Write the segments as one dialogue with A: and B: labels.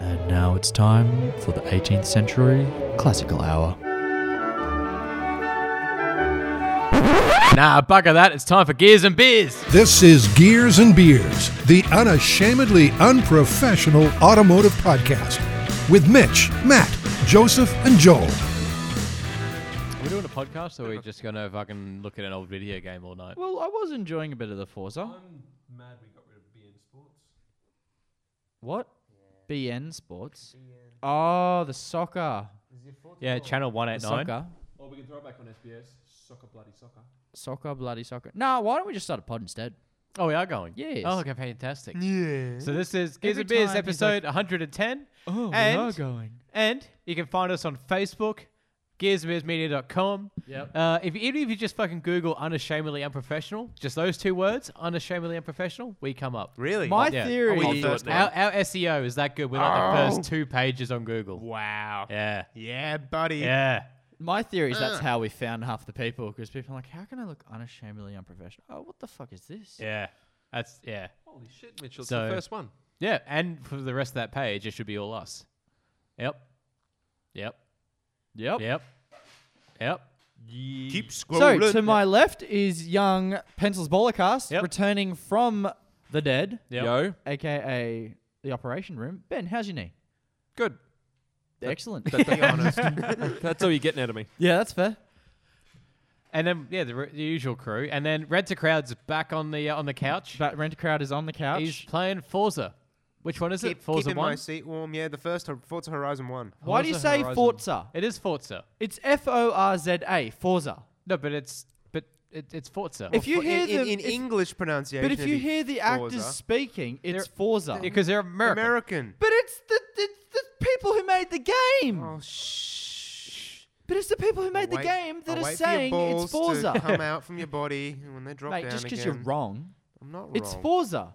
A: it's time for the 18th century classical hour. Nah, bugger that. It's time for Gears and Beers.
B: This is Gears and Beers, the unashamedly unprofessional automotive podcast with Mitch, Matt, Joseph, and Joel.
A: Are we doing a podcast or are we just going to fucking look at an old video game all night?
C: Well, I was enjoying a bit of the Forza.
D: mad we got rid of BN Sports.
C: What? BN Sports. Oh, the soccer.
A: Yeah, Channel
C: The
A: 189.
C: soccer.
D: Or we can throw it back on SBS. Soccer, bloody soccer.
C: Soccer, bloody soccer. No, why don't we just start a pod instead?
A: Oh, we are going?
C: Yes.
A: Oh, okay, fantastic. Yeah. So this is Gears
C: Every
A: and Beers
C: time he's
A: episode 110.
C: Oh,
A: we And- are
C: going.
A: And you can find us on Facebook, gearsandbeersmedia.com.
C: Yep.
A: Uh, if even if you just fucking Google unashamedly unprofessional, just those two words, unashamedly unprofessional, we come up.
E: Really?
C: My
A: Yeah. Oh,
C: theory
E: I'll do
C: is
E: it
A: Our,
E: now.
A: our SEO is that good. We're like the first two pages on Google.
E: Oh. Wow.
A: Yeah.
E: Yeah, buddy.
A: Yeah.
C: my theory is that's how we found half the people because people are like, how can I look unashamedly unprofessional? Oh, what the fuck is this?
A: Yeah. That's yeah.
D: Holy shit, Mitchell. It's
A: So-
D: the first one.
A: Yeah. And for the rest of that page, it should be all us. Yep. Yep.
C: Yep.
A: Yep. Yep.
E: Keep scrolling.
C: So to my left is young Pencils Bollercast
A: Yep.
C: returning from the dead,
A: Yep.
C: aka the operation room. Ben, how's your knee?
D: Good.
C: Excellent.
D: That's all you're getting out of me.
C: yeah, that's fair.
A: And then yeah, the, r- the usual crew. And then Red to Crowd's back on the uh, on the couch.
C: But Rent a Crowd is on the couch.
A: He's playing Forza. Which one is
E: keep,
A: it?
E: keep
A: Forza
E: in my
A: one.
E: seat warm. Yeah, the first Hor- Forza Horizon one.
C: Why do you
A: Forza
C: say
A: Horizon.
C: Forza?
A: It is Forza.
C: It's F O R Z A, Forza.
A: No, but it's but it, it's Forza.
C: If you
E: For- in-
C: hear
E: in,
C: them-
E: in
C: if-
E: English pronunciation,
C: But if you hear the actors
E: Forza.
C: speaking, it's
A: They're-
C: Forza.
A: because they're American.
E: American.
C: but it's the, it's the people who made the game.
E: Oh shh.
C: But it's the people who made the
E: Wait-
C: game that
E: I'll
C: are
E: wait for your
C: saying
E: balls
C: it's Forza.
E: To come out from your body and when they drop
C: Mate,
E: down
C: just because
E: again.
C: you're wrong,
E: I'm not wrong. Hmm.
C: it's Forza.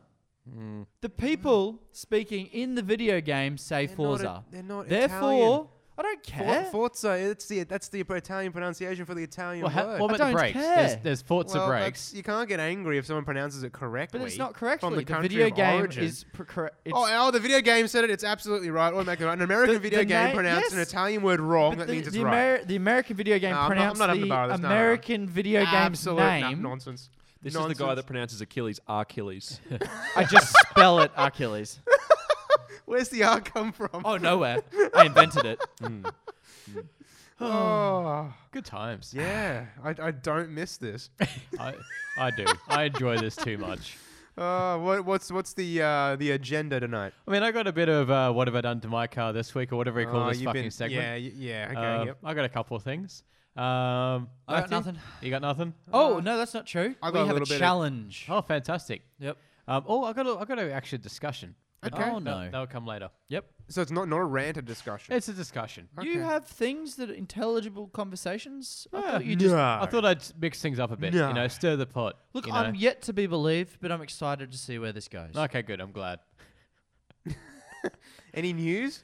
C: The people speaking in the video game say
E: not
C: Forza.
E: a- they're not
C: Therefore,
E: Italian.
C: I don't
E: For-
C: care.
E: Forza. It's the that's the Italian pronunciation for the Italian
A: Well, ha-
E: word.
A: what
C: I
A: about the
C: don't
A: brakes?
C: care.
A: There's, there's Forza
E: Well,
A: brakes.
E: that's- You can't get angry if someone pronounces it correctly.
C: but it's not correctly.
E: From the, country
C: video
E: of
C: game
E: origin.
C: is pr- correct. it's-
E: oh, oh, the video game said it. It's absolutely right. Automatically right. An American
C: The-
E: video
C: the
E: game
C: na-
E: pronounced an
C: yes.
E: Italian word wrong.
C: But
E: That
C: the,
E: means it's
C: the
E: right.
C: Ameri- the American video game
E: No, I'm not- I'm
C: pronounced
E: not having to borrow
C: the
E: this. No, no, no.
C: American video game's
E: Absolute nu-
C: name.
E: nonsense.
D: This is
E: nonsense.
D: the guy that pronounces Achilles Achilles.
C: I just spell it Achilles.
E: Where's the R come from?
C: Oh, nowhere. I invented it.
E: Oh,
A: Good times.
E: yeah. I, I don't miss this.
A: I, I do. I enjoy this too much.
E: Uh, what, what's what's the uh, the agenda tonight?
A: I mean, I got a bit of uh, what have I done to my car this week, or whatever you call
E: Oh,
A: this
E: you've
A: fucking
E: been-
A: segment.
E: Yeah, y- yeah. Okay.
A: Uh,
E: yep.
A: I got a couple of things. Um,
C: I got
A: Matthew,
C: nothing.
A: You got nothing?
C: Oh, no, that's not true.
E: I got
C: we
E: a
C: have a
E: little bit of-
C: challenge.
A: Oh, fantastic.
C: Yep.
A: Um, oh, I got a, I got a actual discussion.
E: Okay.
C: Oh,
A: That,
C: no.
A: that'll come later.
C: Yep.
E: So it's not not a rant, a discussion.
A: It's a discussion.
C: You
E: Okay.
C: have things that are intelligible conversations? I
A: Yeah.
C: thought you just.
A: I thought I'd mix things up a bit. You
E: No.
A: know, stir the pot.
C: Look,
A: you
C: I'm
A: know.
C: yet to be believed, but I'm excited to see where this goes.
A: okay, good. I'm glad.
E: Any news?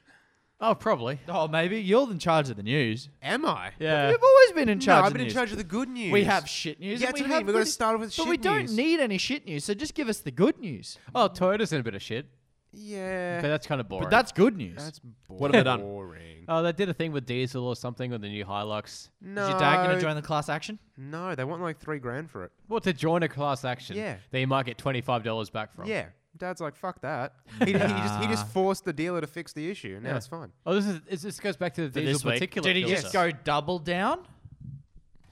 A: Oh, probably.
C: Oh, maybe. You're in charge of the news.
E: Am I?
A: Yeah.
C: You've always been in
E: No,
C: charge
E: I've
C: of the
E: been in
C: news.
E: charge of the good news.
C: We have shit news. and
E: Yeah, that's
C: we
E: what I
C: have
E: mean. We've got
C: good-
E: to start with
C: But
E: shit
C: we don't
E: news.
C: need any shit news, so just give us the good news.
A: Oh, Toyota's in a bit of shit,
E: Yeah.
A: but that's kind of boring.
C: But that's good news.
E: That's boring.
D: What have they done?
E: Boring.
A: oh, they did a thing with diesel or something with the new Hilux.
E: No.
C: Is your dad going to join the class action?
E: No, they want like three grand for it.
A: Well, to join a class action,
E: Yeah.
A: that you might get twenty five dollars back from.
E: Yeah. Dad's like, fuck that. He, he just he just forced the dealer to fix the issue. Now
A: Yeah.
E: it's fine.
A: Oh, this is this- this goes back to the diesel particular.
C: Did he just
A: filter.
C: go double down?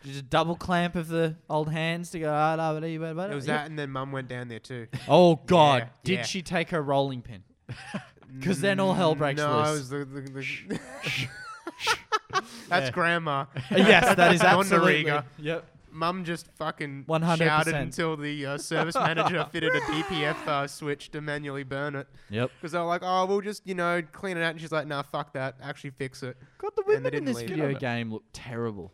C: Did you just double clamp of the old hands to go? Ah, da, ba, dee, ba, ba,
E: It
C: da?"
E: was
C: Yeah.
E: that, and then Mum went down there too.
C: Oh God! Did
E: yeah.
C: she take her rolling pin? Because then all hell breaks
E: no, it
C: loose.
E: was the, the, the That's grandma.
C: yes, that is
E: Donna
C: absolutely.
E: Riga.
C: Yep.
E: Mum just fucking
C: 100%.
E: shouted until the uh, service manager fitted a DPF uh, switch to manually burn it.
C: Yep.
E: Because they were like, oh, we'll just, you know, clean it out. And she's like, nah, fuck that. Actually fix it.
C: God, the
E: they
C: women in
E: didn't
C: this
E: leave.
C: video
D: Get on it.
C: game look terrible.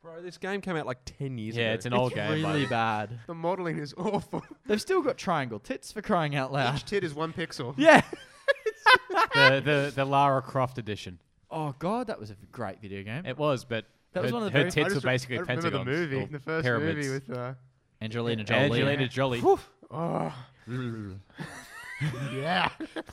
D: Bro, this game came out like 10 years ago.
A: Yeah, it's an old game.
C: really
A: mate.
C: bad.
E: The modeling is awful.
C: They've still got triangle tits for crying out loud.
E: Each tit is one pixel.
C: yeah.
A: the, the the Lara Croft edition.
C: Oh God, that was a great video game.
A: It was, but
C: That was
A: her,
C: one of the very- I
A: her tits
E: I
A: were
E: just re-
A: basically
E: I remember
A: pentagons.
E: the movie,
A: or
E: the first
A: pyramids.
E: movie with uh,
C: Angelina Jolie.
A: Angelina Jolie.
E: oh, yeah. Get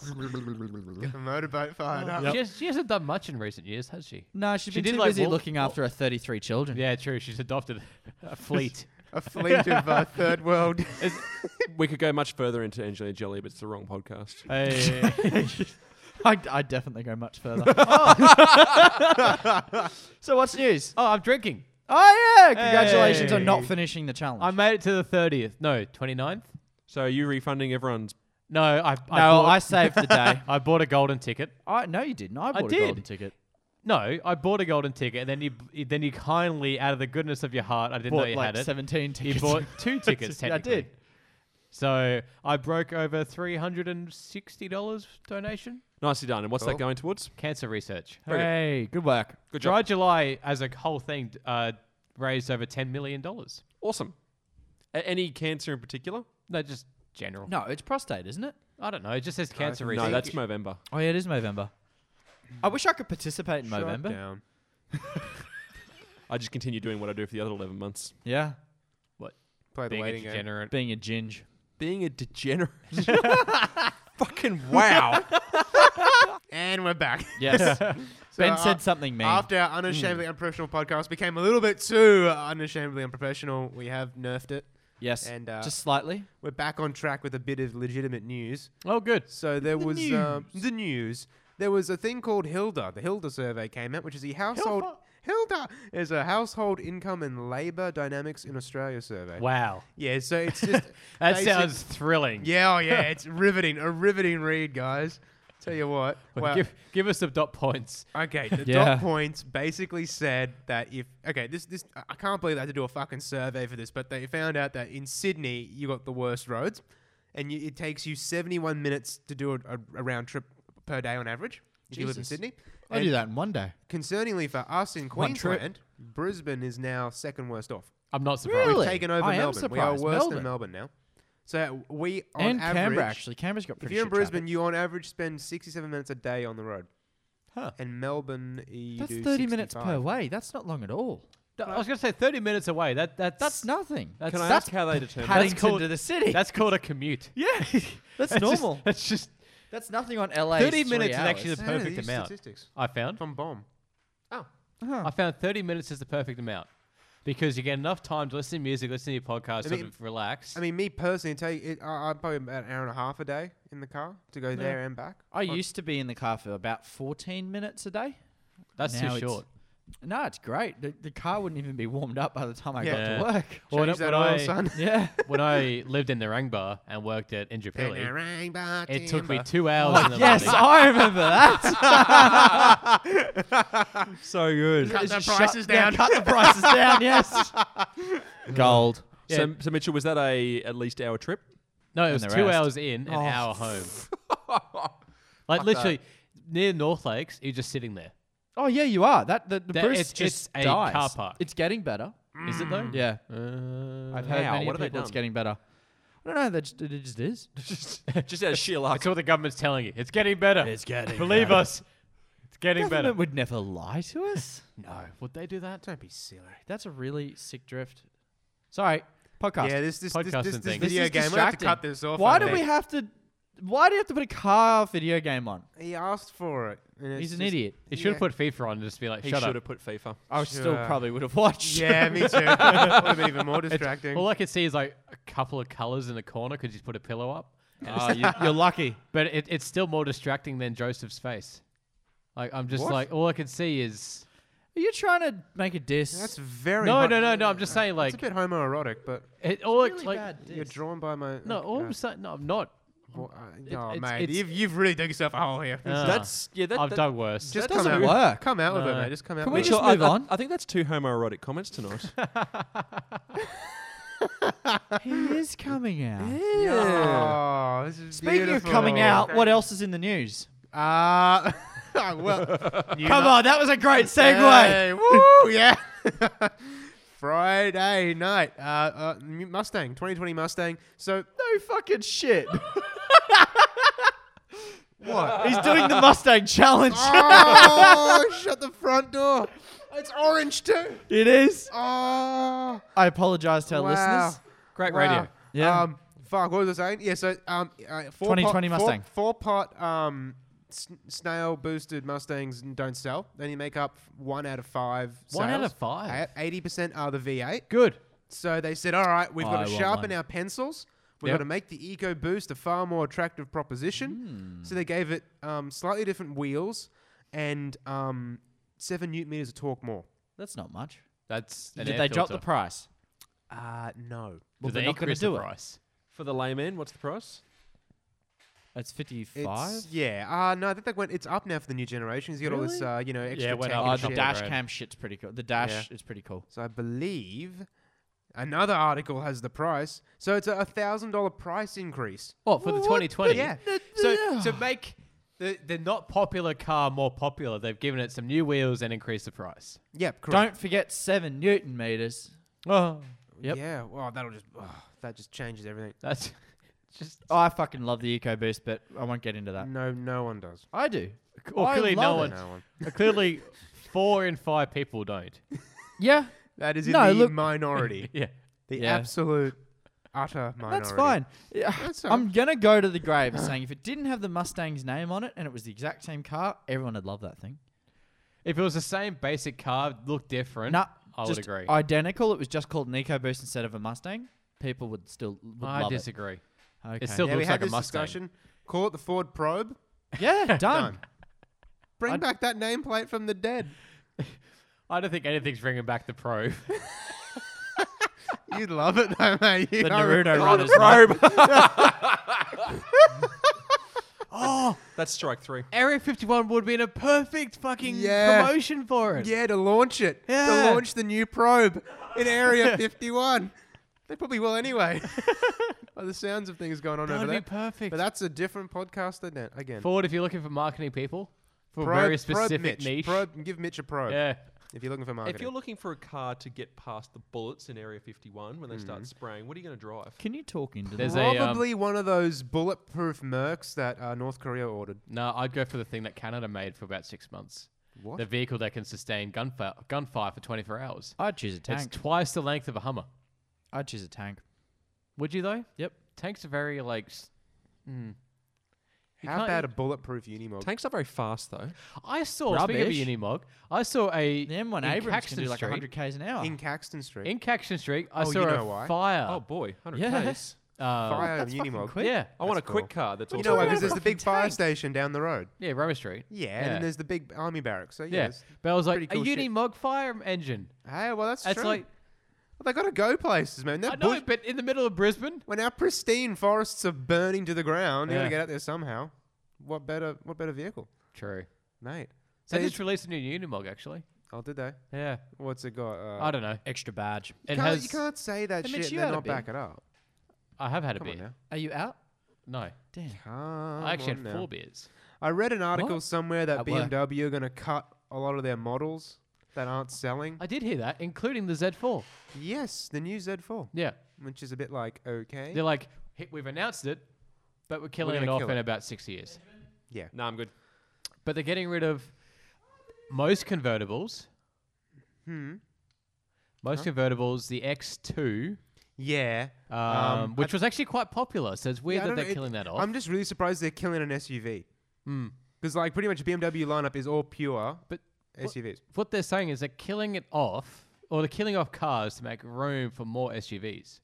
E: the motorboat fired up.
A: She, has, she hasn't done much in recent years, has she?
C: No, she's
A: She
C: been
A: did,
C: too
A: like,
C: busy
A: walk-
C: looking after her 33 children.
A: Yeah, true. She's adopted a fleet.
E: A fleet of uh, third world.
D: we could go much further into Angelina Jolie, but it's the wrong podcast.
A: Hey.
C: I, I definitely go much further. so what's news?
A: oh, I'm drinking.
C: Oh yeah, congratulations on not
A: Hey.
C: finishing the challenge.
A: I made it to the 30th. No, 29th?
D: So are you refunding everyone's?
A: No, I, I,
C: no,
A: bought,
C: I saved the day.
A: I bought a golden ticket.
C: I no, you didn't. I bought a
A: did.
C: golden ticket.
A: No, I bought a golden ticket, and then you, you- then you kindly, out of the goodness of your heart, I didn't know
C: bought
A: you
C: like
A: had it.
C: 17
A: You
C: tickets.
A: bought two tickets.
C: I
A: technically.
C: did.
A: So I broke over three hundred and sixty dollars donation.
D: Nicely done. And what's that
E: Cool.
D: going towards?
A: Cancer research.
D: Very good.
C: Hey, good work.
D: Good job.
A: Dry July as a whole thing uh, raised over ten million dollars.
D: Awesome. A- any cancer in particular?
A: No, just general.
C: No, it's prostate, isn't it?
A: I don't know. It just says cancer research.
D: No, that's November.
C: Oh yeah, it is November. I wish I could participate in November.
E: Down.
D: I just continue doing what I do for the other 11 months.
C: Yeah,
E: Play the
A: being a
E: waiting game.
A: degenerate.
C: being a ginge.
D: Being a degenerate. Fucking wow.
E: And we're back.
C: Yes. ben
E: uh,
C: said something mean.
E: After our
A: Hmm.
E: unashamedly unprofessional podcast became a little bit too unashamedly unprofessional, we have nerfed it.
C: yes.
E: and, uh,
C: just slightly.
E: We're back on track with a bit of legitimate news.
A: Oh, good.
E: So there was Um, the news. There was a thing called Hilda. The Hilda survey came out, which is the household Hilda is a household income and labor dynamics in Australia survey.
A: Wow,
E: Yeah, so it's just
A: that
E: basic-
A: sounds thrilling.
E: Yeah, oh yeah, it's riveting, a riveting read, guys. Tell you what. Well,
A: Give, give us some dot points.
E: Okay, the
C: Yeah.
E: dot points basically said that if okay, this this I- I can't believe they had to do a fucking survey for this, but they found out that in Sydney you got the worst roads, and you, it takes you seventy one minutes to do a, a, a round trip per day on average if you live in
C: Jesus.
E: Sydney.
C: I
E: And
C: do that in one day.
E: Concerningly for us in
C: One trip.
E: Queensland, Brisbane is now second worst off.
A: I'm not surprised.
C: Really?
E: We've taken over
C: I am
E: Melbourne. We are worse
C: surprised.
E: than Melbourne now. So uh, we on
C: and
E: average,
C: Canberra actually. Canberra's got
E: if
C: pretty.
E: you're in
C: shit
E: Brisbane,
C: traffic.
E: you on average spend 67 minutes a day on the road.
A: Huh.
E: And Melbourne, you
C: that's
E: do
C: 30 minutes per
E: 65.
C: way. That's not long at all.
A: I was gonna say thirty minutes away. That that
C: That's
A: that's
C: nothing. That's
D: Can I
C: that's
D: ask how they determine?
A: Pat-
C: Paddington
A: called-
C: to the city.
A: that's called a commute.
C: yeah, that's,
A: just-
C: normal.
A: that's just
C: that's nothing on LA. 's
A: 30
C: three
A: minutes is
C: hours.
A: actually the
E: No, no,
A: perfect
E: these
A: amount. Oh.
E: Statistics
A: I found.
E: from bomb.
A: I found 30 minutes is the perfect amount because you get enough time to listen to music, listen to your podcast,
E: I
A: sort
E: mean-
A: of relax.
E: I mean, me personally, tell you, it, I, I'm probably about an hour and a half a day in the car to go there and back.
C: I used to be in the car for about 14 minutes a day.
A: That's
C: Now
A: too
C: it's-
A: short.
C: No, it's great. The, the car wouldn't even be warmed up by the time I
A: Yeah.
C: got to work.
A: Well, when, I-
E: Change that
A: when
E: oil,
A: I,
E: son.
C: Yeah.
A: when I lived in Narangba and worked at Injapilli,
E: It
A: it took me two hours. in the
C: yes,
A: morning.
C: I remember that.
D: so good.
E: Cut the
C: Just shut-
E: prices
C: yeah,
E: down.
C: cut the prices down. Yes. Gold.
A: Yeah.
D: So, so Mitchell, was that a at least hour trip?
A: No, it was
C: the
A: two
C: rest.
A: hours in, an
E: Oh.
A: hour home. like literally near North Lakes, you're just sitting there.
C: Oh yeah, you are. That the, the
A: That-
C: Bruce
A: it's-
C: just
A: it's a
C: dies.
A: car park.
C: It's getting better.
A: Is it though?
C: Yeah,
A: Uh,
C: I've heard
D: How?
C: many
D: What have they
C: people. It's
D: done?
C: getting better. I don't know. That just, it just is.
D: just, just out of sheer luck.
A: that's what the government's telling you. It's getting better.
C: It's getting
A: Believe
C: better.
A: us. It's getting
C: Government
A: better.
C: would never lie to us.
A: No, would they do that?
E: Don't be silly.
C: That's a really sick drift. Sorry, podcast.
E: Yeah, this this this,
A: Podcasting
E: this, this
A: thing.
C: This
E: video
C: is
E: game. We have to
C: distracting.
E: cut this off.
C: Why
E: I
C: do we
E: think.
C: have to? Why do you have to put a car video game on?
E: He asked for it. and it's
C: He's an
E: just-
C: idiot.
A: He should have
E: Yeah.
A: put FIFA on and just be like,
D: He
A: shut
D: should
A: up.
D: have put FIFA.
C: I still
E: Sure.
C: probably would have watched.
E: Yeah, me too. Would have been even more distracting.
A: All I could see is like a couple of colors in the corner because he's put a pillow up. Ah,
C: Oh, you, you're lucky.
A: But it, it's still more distracting than Joseph's face. Like I'm just
E: What?
A: like all I can see is
C: Are you trying to make a diss?
E: That's very.
A: no,
E: hot-
A: no, no, no. I'm just saying
E: It's
A: like
E: a bit homoerotic, but
A: it, all
C: really
A: like
C: bad diss.
E: you're drawn by my. uh,
A: no, all
E: okay.
A: of a sudden no, I'm not.
E: Well, I-
A: It-
E: oh,
A: it's-
E: mate,
A: it's-
E: you've, you've really dug yourself a hole here.
A: Ah.
D: That's yeah. That,
A: I've
D: that-
A: done worse.
E: just
C: doesn't
E: come out,
C: work.
E: Come out with it,
A: No.
E: mate. Just come out
C: Can we
E: with
C: just
E: it.
D: I-
C: move
D: I,
C: on?
D: I think that's two homoerotic comments tonight.
C: he is coming out.
E: Yeah. Oh, this is
C: Speaking
E: beautiful.
C: of coming out, what else is in the news?
E: Uh, well, you
C: Come
E: know-
C: on, that was a great segue.
E: Hey, woo, yeah. Friday night, uh, uh, M- Mustang, 2020 Mustang. So
C: No fucking shit.
E: what?
C: He's doing the Mustang challenge.
E: Ah. oh, shut the front door. It's orange too.
C: It is.
E: Oh,
C: I apologize to our
E: wow.
C: listeners.
A: Great
E: Wow.
A: radio.
C: Yeah.
E: Um, Fuck, what was I saying? Yeah, so um, uh, four
C: 2020
E: pot,
C: Mustang.
E: four, four pot um, s- snail boosted Mustangs n- don't sell. Then you make up one out of five.
A: One out
E: sales.
A: of five?
E: Eighty percent are the V8.
A: Good.
E: So they said, all right, we've
C: I
E: got to
C: want
E: sharpen
C: one."
E: our pencils. We've
A: Yep.
E: got to make the Eco Boost a far more attractive proposition. So they gave it um, slightly different wheels and um, seven newton meters of torque more.
C: That's not much.
A: That's an
C: Did
A: air
C: they drop the
A: filter.
C: price?
E: Uh, no.
C: Well,
A: Did
C: they're
A: they
C: not going
A: increase
C: to do
A: the
C: it.
A: price?
D: For the layman, what's the price?
C: It's
E: It's,
C: fifty-five.
E: Yeah. Uh, no, I think that went, it's up now for the new generations. You got all this, uh, you know, extra
A: it went
E: tech
A: up
E: and
A: a
C: Oh,
E: shit.
C: the
A: couple
C: dash
A: grand.
C: cam shit's pretty cool. The dash is pretty cool.
E: So I believe another article has the price. So it's a thousand dollar price increase.
A: What for the 2020?
E: yeah.
A: So to make the the not popular car more popular, they've given it some new wheels and increased the price.
E: Yep, correct.
C: Don't forget seven newton meters.
A: Oh, yep.
E: Yeah. Well, that'll just oh, that just changes everything.
A: that's just.
C: Oh, I fucking love the EcoBoost, but I won't get into that.
E: No, no one does.
C: I do.
A: Well,
C: I
A: clearly
C: love
A: no
C: it.
A: one. uh,
E: No one.
A: clearly, four in five people don't.
C: Yeah,
E: That is in
C: No,
E: the
C: look-
E: minority.
A: Yeah.
E: The
C: Yeah.
E: absolute utter minority.
C: that's fine. Yeah,
E: That's all
C: I'm gonna go to the grave saying if it didn't have the Mustang's name on it and it was the exact same car, everyone would love that thing.
A: If it was the same basic car, looked different.
C: Nah,
A: I would
C: just
A: agree.
C: Identical. It was just called an EcoBoost instead of a Mustang. People would still would
A: I
C: love it.
A: disagree.
C: Okay.
A: It's still
E: Yeah, we
A: looks
E: had
A: like a
E: this
A: Mustang.
E: discussion. Call it the Ford Probe.
C: yeah done.
E: Done. Bring
C: I'd-
E: back that nameplate from the dead.
A: I don't think anything's bringing back the Pro.
E: You'd love it though, mate. You
C: The
E: are-
C: Naruto runners.
D: That's strike three.
A: Area 51 would have been a perfect fucking
E: Yeah.
A: promotion for it.
E: Yeah, to launch it.
A: Yeah.
E: To launch the new probe in Area 51. They probably will anyway. By the sounds of things going on
A: That
E: over
A: would be
E: there.
A: perfect.
E: But that's a different podcast than that, again.
A: Forward, if you're looking for marketing people for
E: Probe-
A: a very
E: probe
A: specific
E: Mitch.
A: niche.
E: Probe, give Mitch a probe
A: Yeah.
E: if you're looking for marketing.
D: If you're looking for a car to get past the bullets in Area 51 when they start spraying, what are you going to drive?
C: Can you talk into
A: There's
C: this?
A: a, um,
E: Probably one of those bulletproof Mercs that uh, North Korea ordered.
A: No, I'd go for the thing that Canada made for about six months.
E: What?
A: The vehicle that can sustain gunfire, gunfire for 24 hours.
C: I'd choose a tank.
A: It's twice the length of a Hummer.
C: I'd choose a tank.
A: Would you though?
C: Yep.
A: Tanks are very like. s- Mm. You
E: How
A: can't- e-
E: about a bulletproof Unimog?
D: Tanks are very fast, though.
A: I saw speaking of
C: Rubbish.
A: Unimog, I saw a
C: The M1
A: in
C: Abrams
A: Caxton
C: can do like
A: Street,
C: 100 k's an hour.
E: in Caxton Street.
A: in Caxton Street. I
E: Oh, you
A: saw
E: know
A: a
E: why.
A: fire.
D: Oh, boy. 100
C: Yeah.
D: Ks.
A: uh,
E: Fire
C: that's fucking
E: Unimog.
C: quick.
A: Yeah,
D: I want a
E: That's
D: quick
E: cool.
D: car that's
E: You
D: also
E: know why?
D: fast.
E: Because there's the big fire
C: tank.
E: station down the road.
A: yeah, Roman Street.
E: Yeah,
A: Yeah.
E: and then there's the big army barracks. So yeah,
A: Yeah,
E: there's-
A: but I was like
E: pretty cool
A: a
E: shit.
A: Unimog fire engine.
E: Hey, well that's,
A: That's
E: true.
A: like
E: Well, they gotta go places, man. They're
A: I know,
E: bush-
A: but in the middle of Brisbane,
E: when our pristine forests are burning to the ground, you
A: Yeah.
E: gotta get out there somehow. What better? What better vehicle,
A: true.
E: mate? So
A: They
E: it's-
A: just released a new Unimog actually.
E: oh, did they?
A: Yeah,
E: What's it got? Uh,
A: I don't know.
C: Extra badge.
A: It
E: can't,
A: has.
E: you can't say that
C: Hey,
E: shit
C: Mitch, you
E: and then
C: had a
E: not
C: beer.
E: back it up.
A: I have had a
E: Come on
A: beer.
E: now.
C: Are you out?
A: No,
C: Damn.
E: Come
A: I actually
E: on
A: had
E: now.
A: four beers.
E: I read an article
C: What?
E: somewhere that
C: At work.
E: BMW are gonna cut a lot of their models that aren't selling.
A: I did hear that, including the Z4.
E: yes, the new Z4,
A: Yeah,
E: which is a bit like okay.
A: they're like, "Hey, we've announced it, but we're killing it
D: gonna
A: off
D: kill
A: in
D: it."
A: about six years.
D: No, I'm good.
A: But they're getting rid of most convertibles.
E: Hmm.
A: Most convertibles, the X2,
E: Yeah.
A: um,
E: Um,
A: which was actually quite popular. So it's
E: Yeah,
A: weird
E: I
A: that
E: don't know,
A: they're
E: it-
A: killing that off.
E: I'm just really surprised they're killing an SUV.
A: Mm.
E: Because like pretty much BMW lineup is all pure
A: But
E: SUVs.
A: what they're saying is they're killing it off, or they're killing off cars to make room for more SUVs.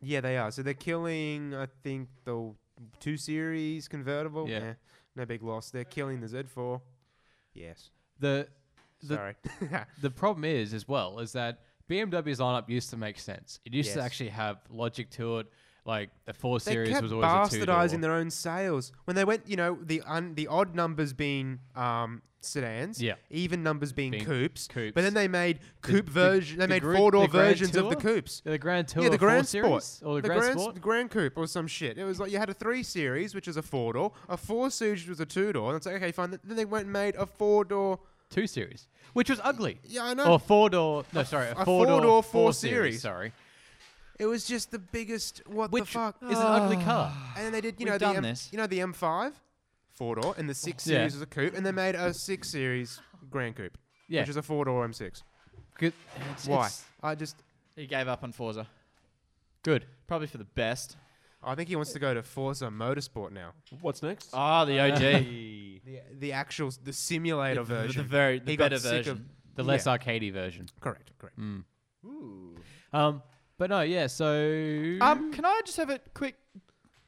E: Yeah, they are. So they're killing I think the two series convertible.
A: Yeah.
E: Eh, no big loss. They're killing the Z4. Yes.
A: The The-
E: Sorry.
A: the problem is as well is that BMW's lineup used to make sense. It used to
E: Yes.
A: actually have logic to it. Like the four
E: they
A: series
E: kept
A: was always a two door.
E: bastardizing their own sales when they went. You know the un, the odd numbers being um, sedans.
A: Yeah.
E: Even numbers being,
A: Being
E: coupes.
A: coupes.
E: But then they made coupe
A: the-
E: version. They
A: the
E: made
A: Gru-
E: four door
A: the Grand
E: versions of the
A: Tour?
E: coupes.
A: Yeah, the Grand Tour,
E: yeah, the Grand
A: four
E: Sport,
A: series, or the, Grand, Sport.
E: S- Grand Coupe, or some shit. It was like you had a three series, which is a four door, a four series, which was a two door, and it's like okay, fine. Then they went and made a four door.
A: two series, which was ugly.
E: Yeah, I know.
A: Or four door. No, sorry,
E: a
A: a four door
E: four-door
A: four,
E: four
A: series.
E: series.
A: Sorry,
E: It was just the biggest. What
A: which
E: the fuck? Ah,
A: is an ugly car.
E: and then they did. You
C: We've
E: know the
C: done
E: M,
C: this.
E: you know the M5, four door, and the six
A: Yeah.
E: series was a coupe, and they made a six series Grand Coupe,
A: Yeah,
E: which is a four door M6.
A: good. It's,
E: Why?
A: it's
E: I just
C: He gave up on Forza.
A: good.
C: Probably for the best.
E: I think he wants to go to Forza Motorsport now.
D: What's next?
C: Ah, the OG.
D: Hey.
E: The the actual the simulator
C: The- the-
E: version.
C: The very the
E: He got
C: better
E: sick of-
C: version.
A: The less arcadey version.
E: correct, correct.
A: Um, but no, yeah. So
E: Ah,
C: Um, can I just have a quick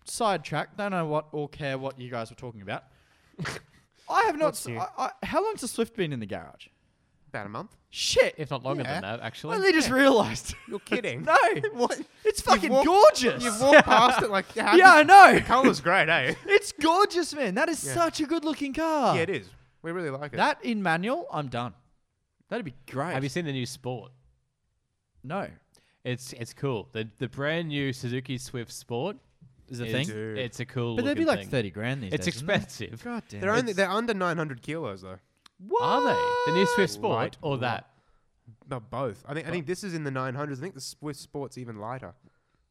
C: sidetrack? Don't know what or care what you guys were talking about. I have not.
E: What's
C: s-
E: new?
C: I- I- how long's the Swift been in the garage?
E: About a month.
C: Shit,
A: if not longer
C: Yeah.
A: than that, actually.
C: I only just realised.
E: You're kidding?
C: no,
E: What?
C: it's fucking
E: walked-
C: gorgeous.
E: You've walked past it like how
C: yeah, I
E: did-
C: know.
E: The color's great, eh?
C: It's gorgeous, man. That is
E: Yeah.
C: such a good looking car.
E: yeah, it is. We really like it.
C: That in manual, I'm done. That'd be great.
A: Have you seen the new Sport?
C: no.
A: It's it's cool. The the brand new Suzuki Swift Sport.
C: Is it a
A: is-
C: thing?
E: Dude.
A: It's a cool.
C: But they'd be
A: looking
C: like
A: thing.
C: 30 grand these
A: It's
C: days. wouldn't they?
A: expensive.
C: God damn.
E: they're
C: it.
E: only they're under 900 kilos though.
A: Are they the new Swift Sport
E: Light
A: or that?
E: No, both. I think I think this is in the 900s. I think the Swiss Sport's even lighter.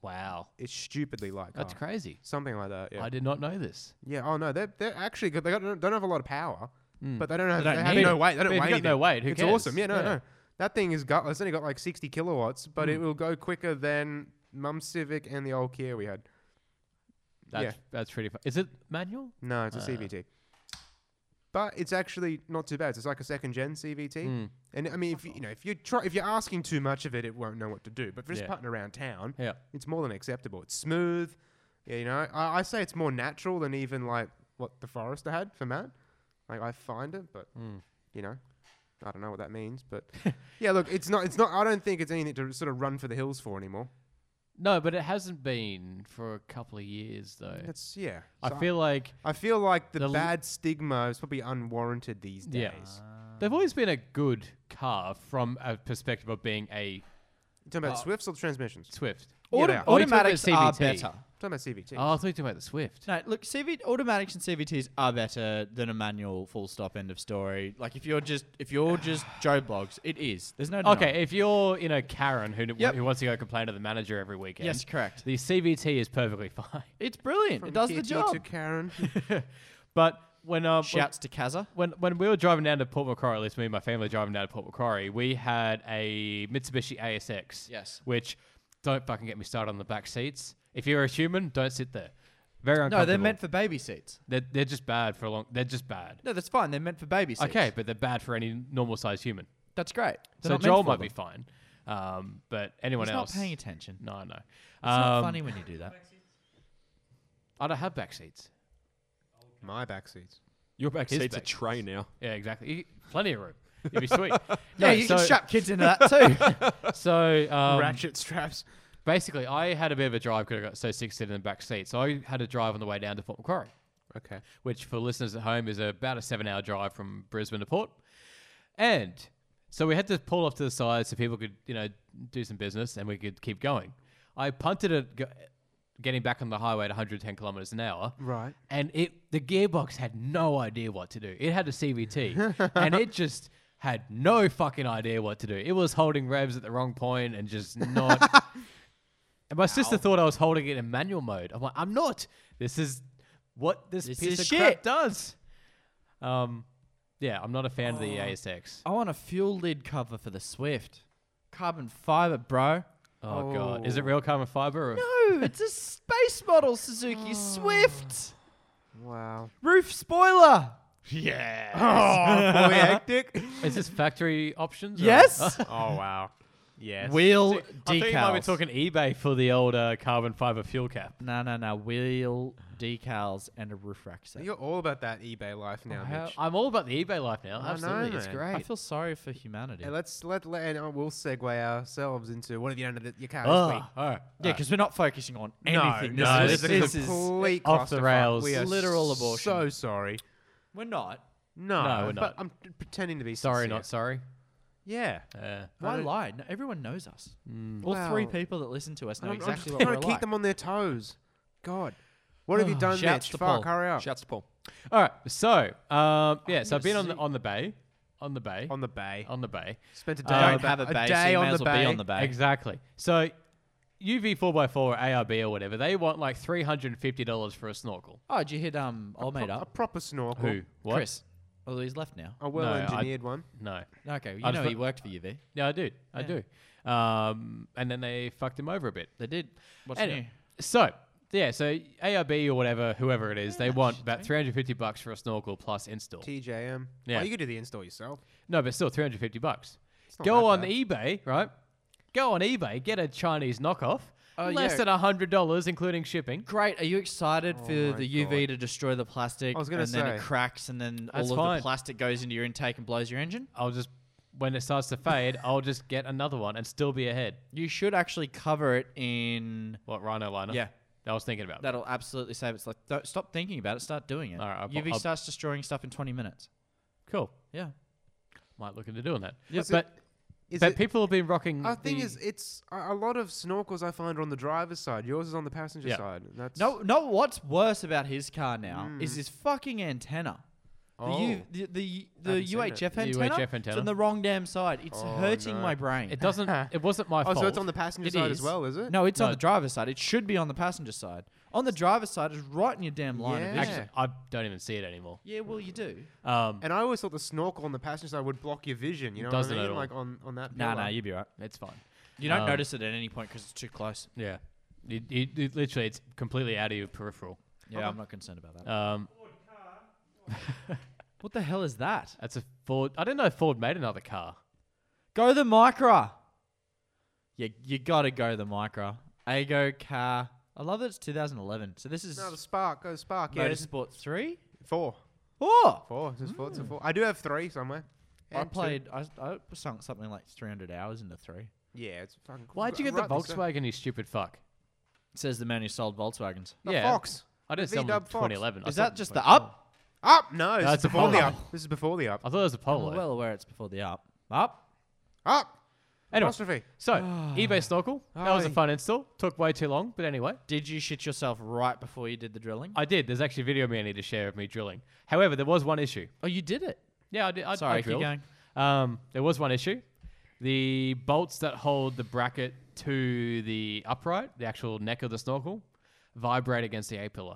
A: Wow,
E: It's stupidly light.
A: that's
E: car.
A: crazy.
E: Something like that. Yeah.
A: I did not know this.
E: Yeah. Oh no, they're they're actually good. They got, don't have a lot of power, but they don't have,
C: They
E: they
C: don't
E: have
C: need
E: no
A: it.
E: weight. They
A: But
E: don't
A: if
E: weigh
A: you got no
E: anything.
A: weight, who
E: it's
A: cares?
E: awesome. Yeah, no,
A: Yeah.
E: no. That thing is gutless. It's only got like 60 kilowatts, but it will go quicker than Mum Civic and the old Kia we had.
A: That's
E: Yeah.
A: that's pretty. Fun. Is it manual?
E: No, it's a
A: Uh.
E: CVT. But it's actually not too bad. It's like a second gen CVT,
A: Hmm.
E: and I mean, if you, you know, if you try, if you're asking too much of it, it won't know what to do. But for just
A: Yeah.
E: putting around town,
A: Yeah.
E: it's more than acceptable. It's smooth. Yeah, you know, I, I say it's more natural than even like what the Forester had for Matt. Like I find it, but
A: Hmm.
E: you know, I don't know what that means. But yeah, look, it's not. It's not. I don't think it's anything to sort of run for the hills for anymore.
A: No, but it hasn't been for a couple of years though.
E: That's yeah. So
A: I feel like
E: I feel like the,
A: the l-
E: bad stigma is probably unwarranted these
A: Yeah.
E: days.
A: they've always been a good car from a perspective of being a
E: You talking about Swifts or the transmissions?
A: Swift.
E: Yeah, they
C: Auto-
E: are.
A: Oh, you're talking about
C: automatics are
A: CVT.
C: better.
E: talking about CVT.
A: Oh, I thought you were talking about the Swift.
C: No, look, CV automatics and CVTs are better than a manual. Full stop. End of story. Like if you're just if you're just Joe blogs, it is. There's no denying
A: Okay, if you're you know Karen who
C: Yep.
A: who wants to go complain to the manager every weekend.
C: Yes, correct.
A: The CVT is perfectly fine.
C: It's brilliant.
E: From
C: it does the
E: TT
C: job.
E: To Karen.
A: But when um
C: Shouts to Kazza.
A: when when we were driving down to Port Macquarie, at least me and my family driving down to Port Macquarie, we had a Mitsubishi ASX.
C: Yes.
A: Which don't fucking get me started on the back seats. If you're a human, don't sit there. Very uncomfortable.
C: No, they're meant for baby seats.
A: They're, they're just bad for a long. They're just bad.
C: No, that's fine. They're meant for baby seats.
A: Okay, but they're bad for any normal sized human.
C: that's great. They're
A: so
C: not meant
A: Joel
C: for
A: might
C: them.
A: be fine, um, but anyone
C: He's
A: else?
C: not paying attention. It's
A: No, I know. It's
C: not funny when you do that.
A: I don't have back seats.
E: My back seats.
D: Your back
A: His
D: seat's a
A: back
D: tray now.
A: Yeah, exactly. You- plenty of room. It'd be sweet.
C: Yeah,
A: No,
C: you
A: so,
C: can strap kids into that too.
A: So um,
E: Ratchet straps.
A: basically, I had a bit of a drive because I got so sick sitting in the back seat. So I had a drive on the way down to Port Macquarie,
E: Okay.
A: which for listeners at home is about a seven-hour drive from Brisbane to Port. And so we had to pull off to the side so people could, you know, do some business and we could keep going. I punted it go- getting back on the highway at 110 kilometers an hour.
E: Right.
A: And it the gearbox had no idea what to do. It had a CVT and it just had no fucking idea what to do. It was holding revs at the wrong point and just not And my sister thought I was holding it in manual mode. I'm like, I'm not. This is what this,
C: This is
A: piece of crap
C: shit.
A: does. Um yeah, I'm not a fan of the ASX.
C: I want a fuel lid cover for the Swift. Carbon fiber, bro.
A: Oh, god, is it real carbon fiber? Or?
C: No, it's a space model
E: Oh.
C: Suzuki Swift.
E: Wow.
C: Roof spoiler.
E: Oh, boy, hectic.
A: Is this factory options? or-
C: Yes.
E: oh wow. Yes.
C: Wheel
A: I think you might be
C: decals.
A: talking eBay for the old uh, carbon fiber fuel cap.
C: No, no, no. Wheel decals and a roof rack set.
E: You're all about that eBay life now, Mitch.
A: I'm all about the eBay life now.
E: I know,
A: Absolutely, it's
E: man.
A: great.
C: I feel sorry for humanity.
E: Hey, let's let let and uh, we'll segue ourselves into what have you done to the, your car
A: Oh,
E: this week?
A: all right.
C: yeah, because we're not focusing on
E: No,
C: anything.
A: no,
C: this,
A: this
C: is,
A: is
C: this is
E: complete
A: off the
E: clusterfuck.
A: rails.
E: We are
C: Literal
E: So
C: abortion.
E: sorry.
C: we're not.
E: No,
A: No, we're
E: but
A: not.
E: I'm t- pretending to be
A: sorry,
E: sincere.
A: not sorry.
E: Yeah.
A: Uh,
C: Why
E: don't-
C: lie? No, everyone knows us.
A: Mm.
C: All three
E: Well,
C: people that listen to us know
E: I'm,
C: exactly
E: I'm
C: what
E: trying
C: we're
E: to keep
C: like.
E: them on their toes. God, what have you done,
C: Shouts
E: Mitch?
C: to
E: Fuck,
C: Paul.
E: hurry up.
D: Shouts to Paul.
A: all right. So, um, yeah. So
C: need
A: I've
C: a
A: been on the
C: seat.
A: on the bay, on the bay,
E: on the bay.
A: on the bay.
E: Spent Um, a day.
C: Don't
E: on the
C: have a
E: ba-
C: bay, so
E: day
C: you
E: on,
C: may
E: the
C: as well
E: bay.
C: be on the bay.
A: Exactly. So, UV four x four or ARB or whatever, they want like three hundred and fifty dollars for a snorkel.
C: Oh, did you hit um old mate
E: Pro- a
C: up?
E: proper snorkel.
A: Who? What?
C: Chris. Although he's left now.
E: A well-engineered one.
A: No.
C: Okay, you
A: I just
C: know
A: thought-
C: he worked for UV.
A: Yeah, I do. I do. Um, and then they fucked him over a bit.
C: They did. What's
A: Anyway, so yeah, so ARB or whatever, whoever it is, they want about 350 bucks for a snorkel plus install.
E: TJM.
A: Yeah.
E: Oh, you could do the install yourself.
A: No, but still 350 bucks.
E: not
A: Go
E: that
A: on
E: bad.
A: eBay, right? Go on eBay, get a Chinese knockoff,
C: Oh,
A: less
C: yeah.
A: than than hundred dollars, including shipping.
C: Great. Are you excited
E: Oh my
C: for the UV to destroy the plastic?
E: I was gonna
C: and then it
E: say.
C: cracks, and then
A: That's
C: all of
A: fine.
C: the plastic goes into your intake and blows your engine.
A: I'll just when it starts to fade, I'll just get another one and still be ahead.
C: You should actually cover it in.
A: What rhino liner?
C: Yeah.
A: I was thinking about that.
C: That'll absolutely save it. It's like don't, stop thinking about it. Start doing it.
A: All right, I'll-
C: UV
A: I'll-
C: starts destroying stuff in 20 minutes.
A: Cool.
C: Yeah.
A: Might look into doing that.
E: Yeah. Was it-
A: but
E: Is
A: but
E: it-
A: people have been rocking.
E: Our thing
A: the-
E: is, it's a a lot of snorkels I find are on the driver's side. Yours is on the passenger
A: Yeah.
E: side. and That's
C: No, no. What's worse about his car now is his fucking antenna. The, U,
E: Oh.
C: the the,
E: I
C: the
E: haven't seen it.
C: UHF
A: The
C: antenna.
A: UHF
C: It's
A: antenna.
C: on the wrong damn side. It's
E: Oh,
C: hurting
E: no.
C: my brain.
A: it doesn't. it wasn't my
E: Oh,
A: fault.
E: so it's on the passenger
C: It
E: side
C: is.
E: as well, is it?
C: No, it's on
A: No.
C: the driver's side. It should be on the passenger side. On the driver's side, it's right in your damn line of
E: Yeah.
C: vision.
A: Actually, I don't even see it anymore.
C: Yeah, well, you do.
A: Um,
E: And I always thought the snorkel on the passenger side would block your vision. You know
A: Doesn't
E: what I
A: at
E: mean?
A: all.
E: Like on on that.
C: Nah,
E: pillar.
C: nah, you'd be right.
A: it's fine.
C: You don't
A: Um,
C: notice it at any point because it's too close.
A: Yeah. It, it, it literally, it's completely out of your peripheral.
C: Yeah, I'm not concerned about that.
A: Um,
C: what the hell is that?
A: that's a Ford. I didn't know Ford made another car.
C: Go the Micra. You, you gotta go the Micra. Ago car. I love that it's 2011. So this is
E: No, the spark. Go spark. Yeah, it's
C: Motorsport 3?
E: four.
C: Oh!
E: Four. It's just four. It's
A: Hmm.
E: a four. I do have three somewhere.
C: I
E: And two.
C: played, I, I sunk something like 300 hours into 3.
E: Yeah, it's fucking. cool.
A: Why'd you get the
E: Rightly so.
A: Volkswagen, you stupid fuck?
C: It says the man who sold Volkswagens.
E: The
A: Yeah.
E: Fox.
A: I didn't
E: The
A: sell them
E: VW
A: in
E: Fox.
A: 2011. I
C: Is
A: sold
C: that
A: them
C: just
A: in
C: the up?
E: Up. No, this
A: it's
E: is
A: a Oh.
E: before the
A: Polo.
E: up. This is before the up.
A: I thought it was a
C: I'm
E: Oh,
A: Polo.
C: well aware it's before the up. Up?
E: Up.
A: anyway,
E: Apostrophe.
A: so eBay snorkel. That was a
E: Aye.
A: fun install. Took way too long, but anyway,
C: Did you shit yourself right before you did the drilling?
A: I did. There's actually a video me I need to share of me drilling. However, there was one issue.
C: oh, you did it.
A: Yeah, I did. I,
C: Sorry,
A: I
C: keep
A: drilled.
C: going.
A: Um, there was one issue. The bolts that hold the bracket to the upright, the actual neck of the snorkel, vibrate against the A pillar.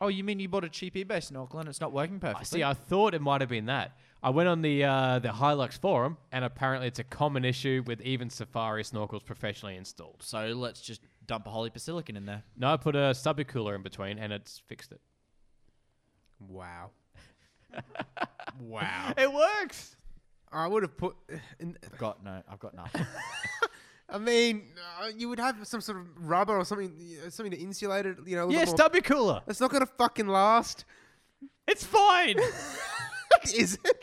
C: Oh, you mean you bought a cheap eBay snorkel and it's not working perfectly?
A: I see. I thought it might have been that. I went on the uh, the Hilux forum, and apparently it's a common issue with even Safari snorkels professionally installed.
C: so let's just dump a whole heap of silicon in there.
A: No, I put a stubby cooler in between, and it's fixed it.
E: Wow. wow.
A: It works.
E: I would have put.
C: I've got no. I've got nothing.
E: I mean, uh, you would have some sort of rubber or something, uh, something to insulate it. You know. a little
A: Yeah,
E: bit more.
A: stubby cooler.
E: It's not gonna fucking last,
A: It's fine.
E: is it?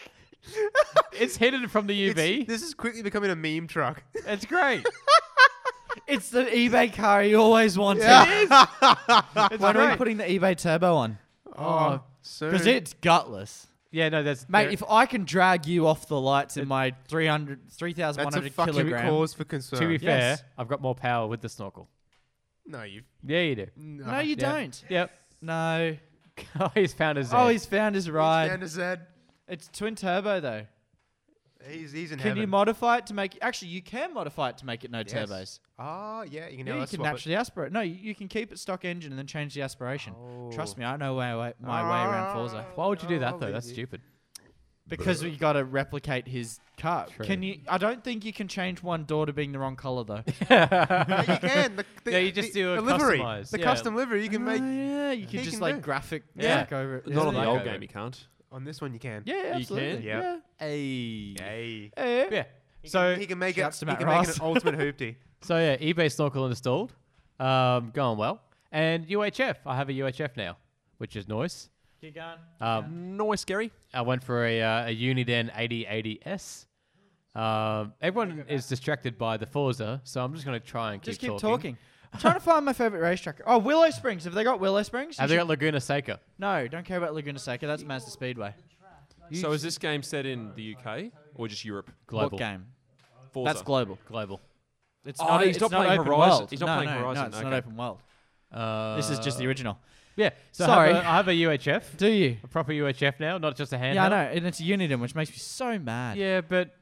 A: it's hidden from the
E: It's-
A: UV. It's,
E: This is quickly becoming a meme truck.
A: great.
C: it's the eBay car you always wanted.
A: It's
C: When are we
A: great.
C: putting the eBay turbo on?
E: Oh, soon.
C: Because it's gutless.
A: yeah, no, that's
C: Mate,
A: there-
C: if I can drag you off the lights in my 300,
E: That's a
C: 3,100
E: fucking
C: kilogram.
E: cause for concern.
A: to be
C: Yes.
A: fair, I've got more power with the snorkel.
E: no, you.
A: Yeah, you do.
C: No, you
A: Yeah.
C: don't.
A: Yep.
C: No.
A: oh, he's found his.
C: Oh, he's found his ride.
E: Dan is Zed.
C: It's twin turbo though.
E: He's he's in
C: Can
E: heaven.
C: you modify it to make? Actually, you can modify it to make it no
E: Yes.
C: turbos.
E: Ah, yeah, you can.
C: Yeah,
E: now
C: you can
E: swap it.
C: naturally aspirate. No, you, you can keep it stock engine and then change the aspiration. Trust
E: Oh.
C: me, I know my way, my way around Forza.
A: Why would you do that
E: Oh,
A: though? That's
E: easy.
A: stupid.
C: Because we got to replicate his car.
A: True.
C: Can you? I don't think you can change one door to being the wrong color though.
E: No, you can. The, the,
A: Yeah, you just
E: the,
A: do a
E: the livery.
A: customised,
E: The
A: yeah.
E: custom livery you can make.
C: Oh, yeah, you
E: He
C: can just
E: can
C: like
E: do.
C: graphic
A: Yeah.
C: black over it.
D: Not on the
C: Yeah.
D: old
A: Okay.
D: game, you can't.
E: On this one, you can.
C: Yeah, absolutely.
A: can.
E: Yep.
C: Yeah.
E: Hey.
C: Yeah.
A: Yeah. So
E: he can make it.
C: Shouts to
E: He
C: Matt
E: can make it
C: Ross.
E: an ultimate hoopty.
A: So yeah, eBay snorkel installed, um, going well, and UHF. I have a UHF now, which is nice.
C: Keep going.
A: Um,
D: No, scary.
A: I went for a uh, a Uniden 8080s. Um, everyone is distracted by the Forza, so I'm just going to try and keep
C: Just keep
A: talking.
C: talking. I'm trying to find my favorite racetrack. Oh, Willow Springs. Have they got Willow Springs? You
A: Have they
C: should-
A: got Laguna Seca?
C: No, don't care about Laguna Seca. That's Mazda Speedway.
D: So is this game set in the UK or just Europe?
A: Global.
C: What game?
D: Forza.
C: That's global.
A: Global.
C: It's
D: Oh,
C: not. e-
D: he's
C: it's
D: not
C: not
D: playing
C: open
D: Horizon.
C: world.
D: He's not
C: no,
D: playing
C: no,
D: Horizon.
C: No, it's not
D: Okay.
C: open world.
A: Uh,
C: This is just the original.
A: Yeah. So
C: Sorry.
A: I have, a, I have a UHF,
C: Do you?
A: a proper UHF now, not just a handheld.
C: Yeah, I know, and it's Uniden, which makes me so mad.
A: Yeah, but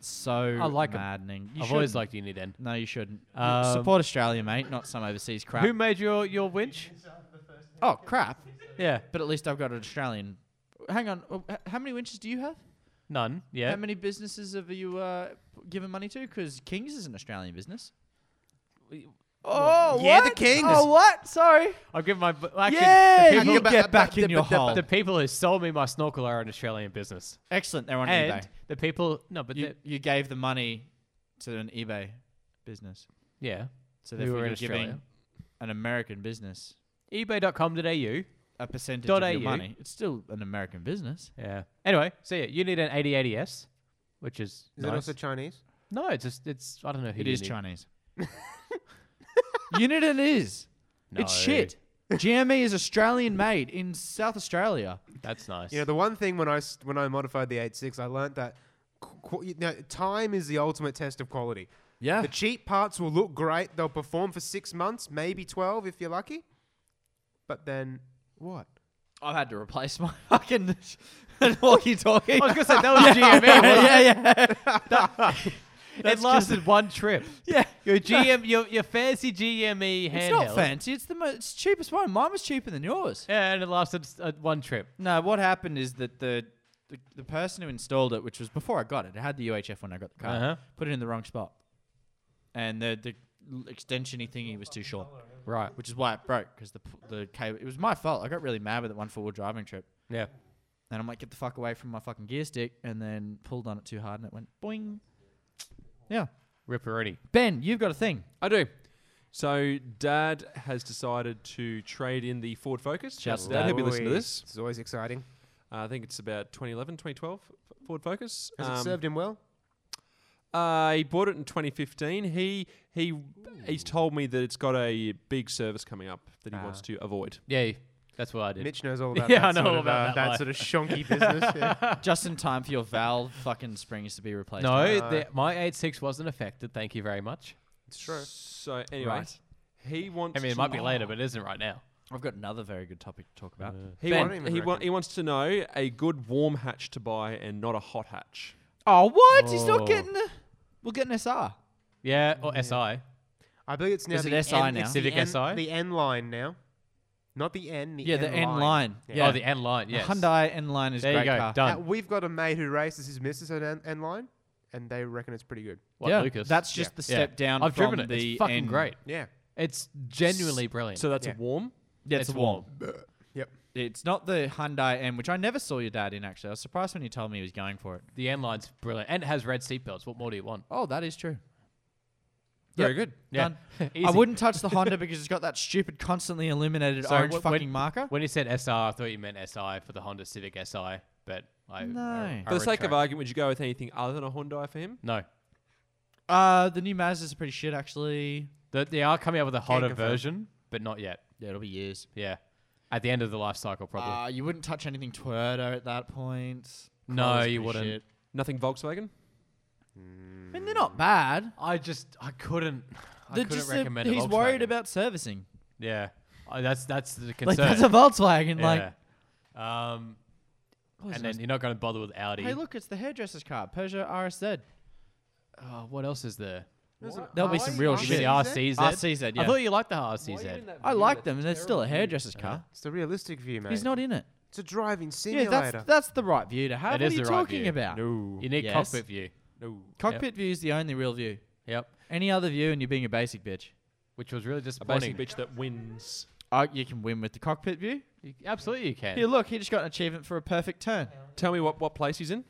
C: so
A: I like 'em.
C: maddening. You
A: I've always
C: shouldn't.
A: liked Uniden.
C: No, you shouldn't.
A: Um,
C: Support Australia, mate, not some overseas crap.
A: Who made your your winch?
C: oh, crap!
A: Yeah,
C: But at least I've got an Australian. Hang on, uh, h- how many winches do you have?
A: none. Yeah.
C: How many businesses have you uh, given money to? Because Kings is an Australian business.
F: Oh,
E: Yeah, the
F: what?
E: king.
F: Oh, what? Sorry.
A: I'll give my. b- Actually,
F: Yeah,
A: the,
F: you
A: people,
E: Get
F: get back
E: back
F: in your hole.
A: the people who sold me my snorkel are an Australian business,
C: Excellent. They're on
A: and
C: eBay.
A: the people. No, but
C: You,
A: the-
C: you gave the money to an eBay business.
A: yeah,
C: So
A: We
C: therefore
A: were in
C: you're giving
A: Australia.
C: an American business
A: eBay.com.au.
C: a percentage
A: Dot
C: of your
A: AU.
C: money. It's still an American business.
A: Yeah. Anyway, so yeah, you need an 8080s, which is,
E: Is
A: nice.
E: it also Chinese?
A: no, it's just it's I don't know who
C: It
A: you
C: is
A: need.
C: Chinese. you know what it is. It's
A: No.
C: shit. GME is Australian made in South Australia.
A: That's nice.
E: You know, the one thing when I s- when I modified the 86, I learnt that qu- qu- you know, time is the ultimate test of quality.
C: Yeah.
D: Ah.
E: The cheap parts will look great. They'll perform for six months, maybe 12 if you're lucky. But then what?
C: I've had to replace my fucking walkie talkie.
A: I was gonna say that was
C: oh,
A: GME. wasn't
C: yeah, yeah.
A: it? it lasted one trip.
C: yeah.
A: Your
C: E
A: GM, your, your fancy GME E handheld.
C: It's not fancy. It's the most, it's the cheapest one. Mine was cheaper than yours.
A: Yeah, and it lasted s- uh, one trip.
C: No, what happened is that the, the the person who installed it, which was before I got it, it had the UHF when I got the car,
A: Uh-huh.
C: put it in the wrong spot, and the the l- extensiony thingy was too short,
A: Right.
C: which is why it broke because the p- the cable. It was my fault. I got really mad with that one four wheel driving trip,
A: Yeah.
C: and I'm like, get the fuck away from my fucking gear stick, and then pulled on it too hard, and it went boing. Yeah,
A: Ripperini.
C: Ben, you've got a thing.
D: I do. So Dad has decided to trade in the Ford Focus.
A: Shouts to
D: Dad,
A: Dad.
D: he'll be listening to
E: Boy,
D: this.
E: It's always exciting.
D: Uh, I think it's about 2011, 2012 F- Ford Focus.
E: Has it
D: Um,
E: served him well?
D: Uh, he bought it in 2015. He he he's told me that it's got a big service coming up that he wants to avoid.
A: Yeah, that's what I did.
E: Mitch knows all about
A: Yeah,
E: that,
A: I know
E: sort,
A: all
E: of,
A: about
E: uh,
A: that
E: that,
A: life.
E: sort of shonky business. yeah.
C: Just in time for your valve fucking springs to be replaced.
A: no,
E: Uh,
A: the, my 86 wasn't affected. Thank you very much.
E: It's true.
D: So anyway,
C: Right.
D: he wants.
A: I mean, it
D: to-
A: might be later, but it isn't right now.
C: I've got another very good topic to talk about.
D: He,
E: Ben.
D: want-
E: I don't even
D: he, wa-
E: reckon.
D: he wants to know a good warm hatch to buy and not a hot hatch.
C: Oh, what? He's
A: Oh.
C: not getting. A, we'll get an SR.
A: Yeah, or SI.
E: I believe it's now
C: Is it
E: the
C: SI
E: N,
C: now?
E: It's
A: Civic
E: the N,
A: SI?
E: The N line now. Not the N, the
C: Yeah,
E: N
C: the N
E: line.
C: line. Yeah.
A: Oh, the N line. Yes.
C: Hyundai N line is a
A: There you
C: great
A: go.
C: car.
E: Uh,
A: Done.
E: we've got a mate who races his missus an N, N line, and they reckon it's pretty good.
A: What,
C: yeah,
A: Lucas?
C: That's just
A: Yeah.
C: the step
A: Yeah.
C: down.
A: I've
C: from
A: driven it.
C: The
A: it's fucking
C: N-
A: great.
E: Yeah.
A: It's genuinely brilliant.
D: So that's
E: Yeah.
D: a warm.
C: Yeah, it's,
A: It's
C: warm.
E: Yep.
C: It's not the Hyundai N, which I never saw your dad in. Actually, I was surprised when you told me he was going for it.
A: The end line's brilliant, and it has red seatbelts. What more do you want?
C: Oh, that is true.
D: Very good.
A: Yeah.
C: Done.
A: Easy.
C: I wouldn't touch the Honda because it's got that stupid constantly illuminated
A: So
C: orange
A: wh- when-
C: fucking marker.
A: When you said SR, I thought you meant SI for the Honda Civic SI, but I
C: No.
A: I- I
D: For the sake of
A: retract.
D: argument, would you go with anything other than a Hyundai for him?
A: no,
C: Uh, the new Mazdas are pretty shit actually.
A: The- they are coming out with a hotter
E: confirm.
A: version, but not yet.
C: Yeah, it'll be years.
A: Yeah, at the end of the life cycle, probably.
C: Uh, you wouldn't touch anything Toyota at that point.
A: No,
C: Corolla's
A: you
C: pretty
A: wouldn't.
C: shit.
D: Nothing Volkswagen.
C: I mean, they're not bad.
A: I just I couldn't. I
C: They're
A: couldn't
C: just a-
A: recommend. a
C: he's worried
A: Volkswagen.
C: about servicing.
A: Yeah, Uh, that's that's the concern.
C: Like that's a Volkswagen.
A: yeah.
C: Like,
A: um,
C: Oh, it's
A: and
C: nice.
A: then you're not going to bother with Audi.
C: hey, look, it's the hairdresser's car, Peugeot RSZ.
A: Oh, what else is there?
C: There'll be some real Oh,
A: You mean
C: shit.
A: the
E: RC.
A: RCZ?
C: RCZ, yeah.
A: I thought you liked the RCZ.
C: I like them, and they're still a hairdresser's car.
E: It's the realistic view, mate.
C: He's not in it.
E: It's a driving
C: Yeah,
E: simulator.
C: that's that's the right view to have.
A: That
C: what
A: is
C: are you
A: the right
C: talking
A: view.
C: about?
D: No.
A: You need
C: Yes.
A: cockpit view.
D: No.
C: Cockpit view is the only real view.
A: Yep.
C: Any other view, and you're being a basic bitch.
A: Which was really
D: A basic
A: disappointing.
D: bitch that wins.
C: Oh, you can win with the cockpit view.
A: You- absolutely, you can.
C: Here, look, he just got an achievement for a perfect turn.
D: Tell me what, what place he's in.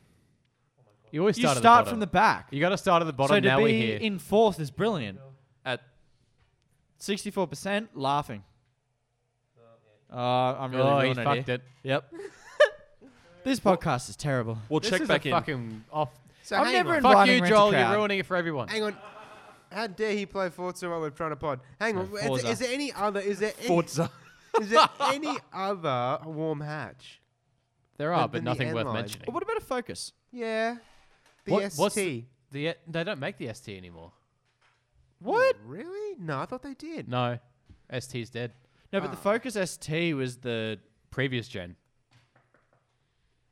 A: You always
C: You
A: start, at
C: start
A: the
C: from
A: bottom.
C: the back.
A: You got to start at the bottom.
C: so to
A: now
C: be
A: we're here.
C: in fourth is brilliant.
D: At
C: Sixty-four percent laughing. Uh, I'm really
A: oh, he
C: ruining
A: fucked
C: here.
A: it.
C: Yep. this podcast is terrible.
D: we'll
A: This
D: check
A: is
D: back
A: a
D: in.
A: fucking off.
E: So
C: I'm
E: hang
C: never
E: on.
C: in-
A: Fuck
C: Inviting
A: you,
C: rent a
A: Joel. You're
C: crowd.
A: ruining it for everyone.
E: Hang on. How dare he play Forza while we're trying to pod? Hang on. Is,
A: Forza.
E: there- is there any other? Is there any,
D: Forza.
E: is there any other warm hatch?
A: There are,
E: Than-
A: but
E: than the
A: nothing
E: end
A: worth
E: line.
A: mentioning.
C: What about a Focus?
E: Yeah. The
A: What-
E: ST.
A: what's the- The uh, they don't make the ST anymore.
C: What?
E: Really? No, I thought they did.
A: No, ST's dead.
C: No, but the Focus ST was the
A: Previous gen.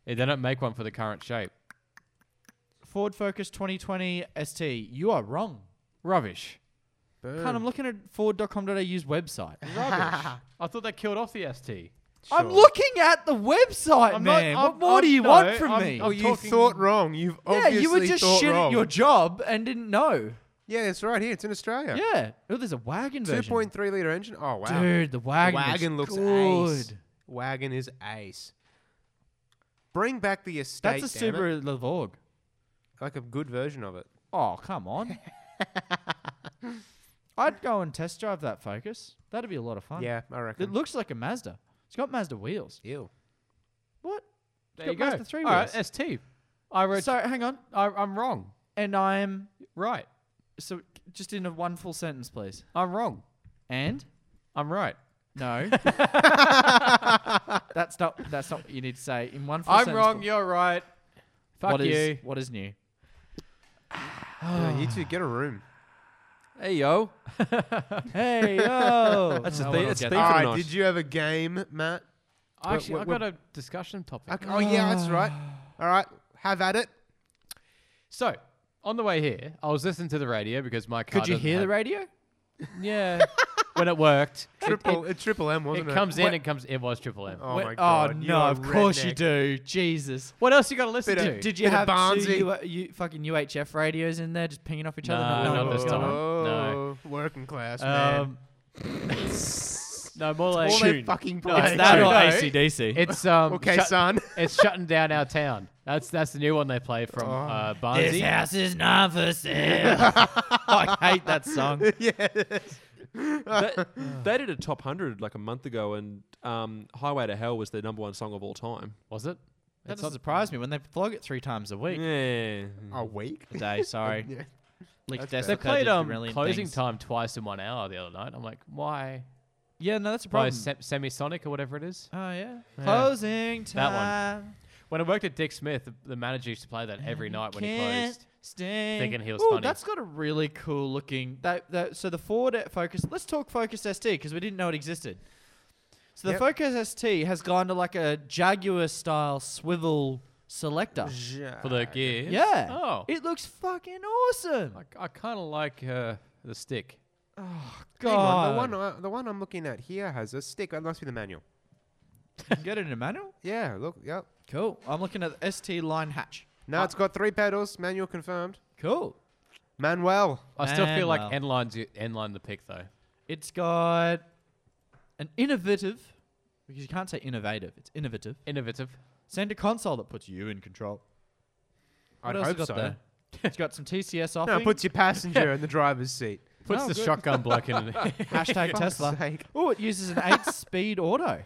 A: Yeah, they don't make one for the current shape.
C: Ford Focus 2020 ST. You are wrong.
A: Rubbish.
E: Boom.
C: Can't, I'm looking at Ford.com.au's website.
A: Rubbish. I thought they killed off the ST.
C: I'm looking at the website,
A: I'm not-
C: man.
A: I'm-
C: what more
A: I'm-
C: do you
A: no,
C: want from
A: I'm-
C: me?
A: I'm
E: Oh, you
A: talking-
E: thought wrong. You've
C: yeah,
E: obviously
C: you were just
E: thought
C: shit
E: wrong.
C: at your job and didn't know.
E: Yeah, it's right here. It's in Australia.
C: Yeah. Oh, there's a wagon version.
E: 2.3 liter engine. Oh wow.
C: Dude, the wagon.
E: Wagon
C: looks
E: looks
C: good.
E: ace. Wagon is ace. Bring back the estate.
C: That's a
E: damn it.
C: Subaru Lavorg.
E: Like a good version of it.
C: Oh, come on. I'd go and test drive that Focus. That'd be a lot of fun.
E: Yeah, I reckon.
C: It looks like a Mazda. It's got Mazda wheels.
E: Ew.
C: What?
A: There
C: got
A: you go.
C: Mazda three
A: All right,
C: wheels.
A: ST. I wrote.
C: So hang on.
A: I, I'm wrong.
C: And I'm
A: Right.
C: so just in a one full sentence, please.
A: I'm wrong.
C: And
A: I'm right.
C: no. that's not that's not what you need to say in one full
A: I'm
C: sentence.
A: wrong. You're right. Fuck
C: What
A: you.
C: is- what is new?
E: Yeah, you two get a room.
A: Hey yo.
C: Hey oh. yo.
D: That's
C: No
D: a
C: one
D: thing.
C: will
D: That's a
C: get
D: thing
E: All
D: for
E: right.
D: the night.
E: Did you have a game, Matt?
A: Actually,
E: Wait,
A: I've
E: wait,
A: got a discussion topic.
E: Okay. Oh yeah, that's right. All right. Have at it.
A: So on the way here, I was listening to the radio because my car.
C: Could you
A: doesn't
C: hear the
A: have-
C: radio?
A: Yeah. when it worked,
E: Triple. It, triple M
A: it
E: wasn't it?
A: comes in. It comes. It was triple M.
E: Oh
C: Wh-
E: my god.
C: Oh
E: you
C: no,
E: are
C: of course you
E: redneck.
C: do. Jesus.
A: What else you got to listen
E: Bit
A: to?
E: of-
C: Did you
E: Bit of
C: have two
E: Barnsley.
C: U- uh, U- fucking UHF radios in there just pinging off each other?
A: No,
C: not knowing
A: not
C: what
A: this
C: was going
A: time.
C: on?
A: No.
E: No. Oh, Working class
C: Oh,
E: man.
A: um, no, more like
E: All they fucking play.
A: it's
C: Is that
A: No,
C: or
A: no.
C: ACDC?
A: it's um.
E: okay,
A: shut-
E: son.
A: It's shutting down our town. That's that's the new one they play from uh,
C: this
A: Barnsley.
C: house is not for sale. Oh, I hate that song.
D: they, they did a top hundred like a month ago, and um, "Highway to Hell" was their number one song of all time.
A: Was it?
C: That
A: It's
C: doesn't
A: not-
C: surprise me when they flog it three times a week.
D: Yeah,
E: A week.
C: A day, sorry.
E: Yeah.
C: Leaked
E: That's
A: They
C: Desktop
A: played
C: did
A: um
C: brilliant
A: closing
C: things.
A: time twice in one hour the other night. I'm like, why?
C: Yeah, no, that's a
A: By
C: problem.
A: se- Semisonic or whatever it is.
C: oh yeah. Closing
A: That one.
C: time.
A: When I worked at Dick Smith, the, the manager used to play that every night when he
C: Can't
A: closed.
C: stand-
A: thinking he was
C: Ooh,
A: funny.
C: That's got a really cool looking. That, that so the Ford Focus. Let's talk Focus ST because we didn't know it existed. So the
E: Yep.
C: Focus ST has gone to like a Jaguar style swivel selector.
A: for the gears.
C: Yeah.
A: Oh,
C: It looks fucking awesome.
A: I, I kind of like uh, the stick.
E: Hang on,
C: God.
E: the one I, the one I'm looking at here has a stick. That must be the manual.
C: Get it in a manual.
E: Yeah. Look. Yep.
C: Cool. I'm looking at the ST line hatch.
E: No, it's got three pedals. Manual confirmed.
C: Cool.
E: Manuel.
A: I still feel like
C: Manuel.
A: N-line's N-line the pick though.
C: It's got an innovative, because you can't say innovative. It's innovative.
A: Innovative.
C: Send a console that puts you in control.
E: I'd
C: else
E: hope
C: got
E: so.
C: there? It's got some TCS off.
E: No, it puts your passenger in the driver's seat.
A: Puts
C: Oh,
A: the
C: good.
A: shotgun block in.
C: Hashtag Tesla.
E: Sake.
C: Oh, it uses an eight-speed auto.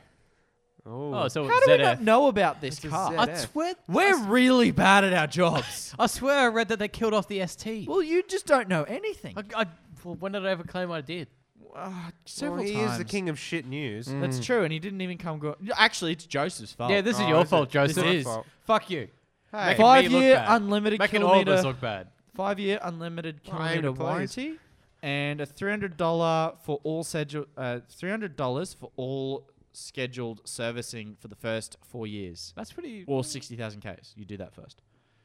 E: Oh.
A: oh, so
C: How
A: it's
C: do we
A: ZF.
C: not know about this
E: It's a
C: car?
E: ZF.
A: I swear,
C: We're really bad at our jobs.
A: I swear, I read that they killed off the ST.
C: well, you just don't know anything.
A: I, I, well, when did I ever claim I did?
C: Uh,
E: well,
C: several
E: he
C: times. Mm.
E: is the king of shit news.
C: That's true, and he didn't even come. Go- Actually, it's Joseph's fault.
A: Hmm. Yeah, this is
E: Oh,
A: your
E: is it?
A: fault,
E: This
A: Joseph.
E: is. Fault.
A: Fuck you.
E: Hey,
A: Making me look
C: five-year
A: bad.
C: unlimited
A: Making all of
C: kilometer.
A: us look bad.
C: five year unlimited
E: Well, I aim
C: kilometer
E: to please.
C: warranty and a $300 for all schedule, uh, $300 for all scheduled servicing for the first four years
A: That's pretty.
C: or 60,000 Ks. You do that first.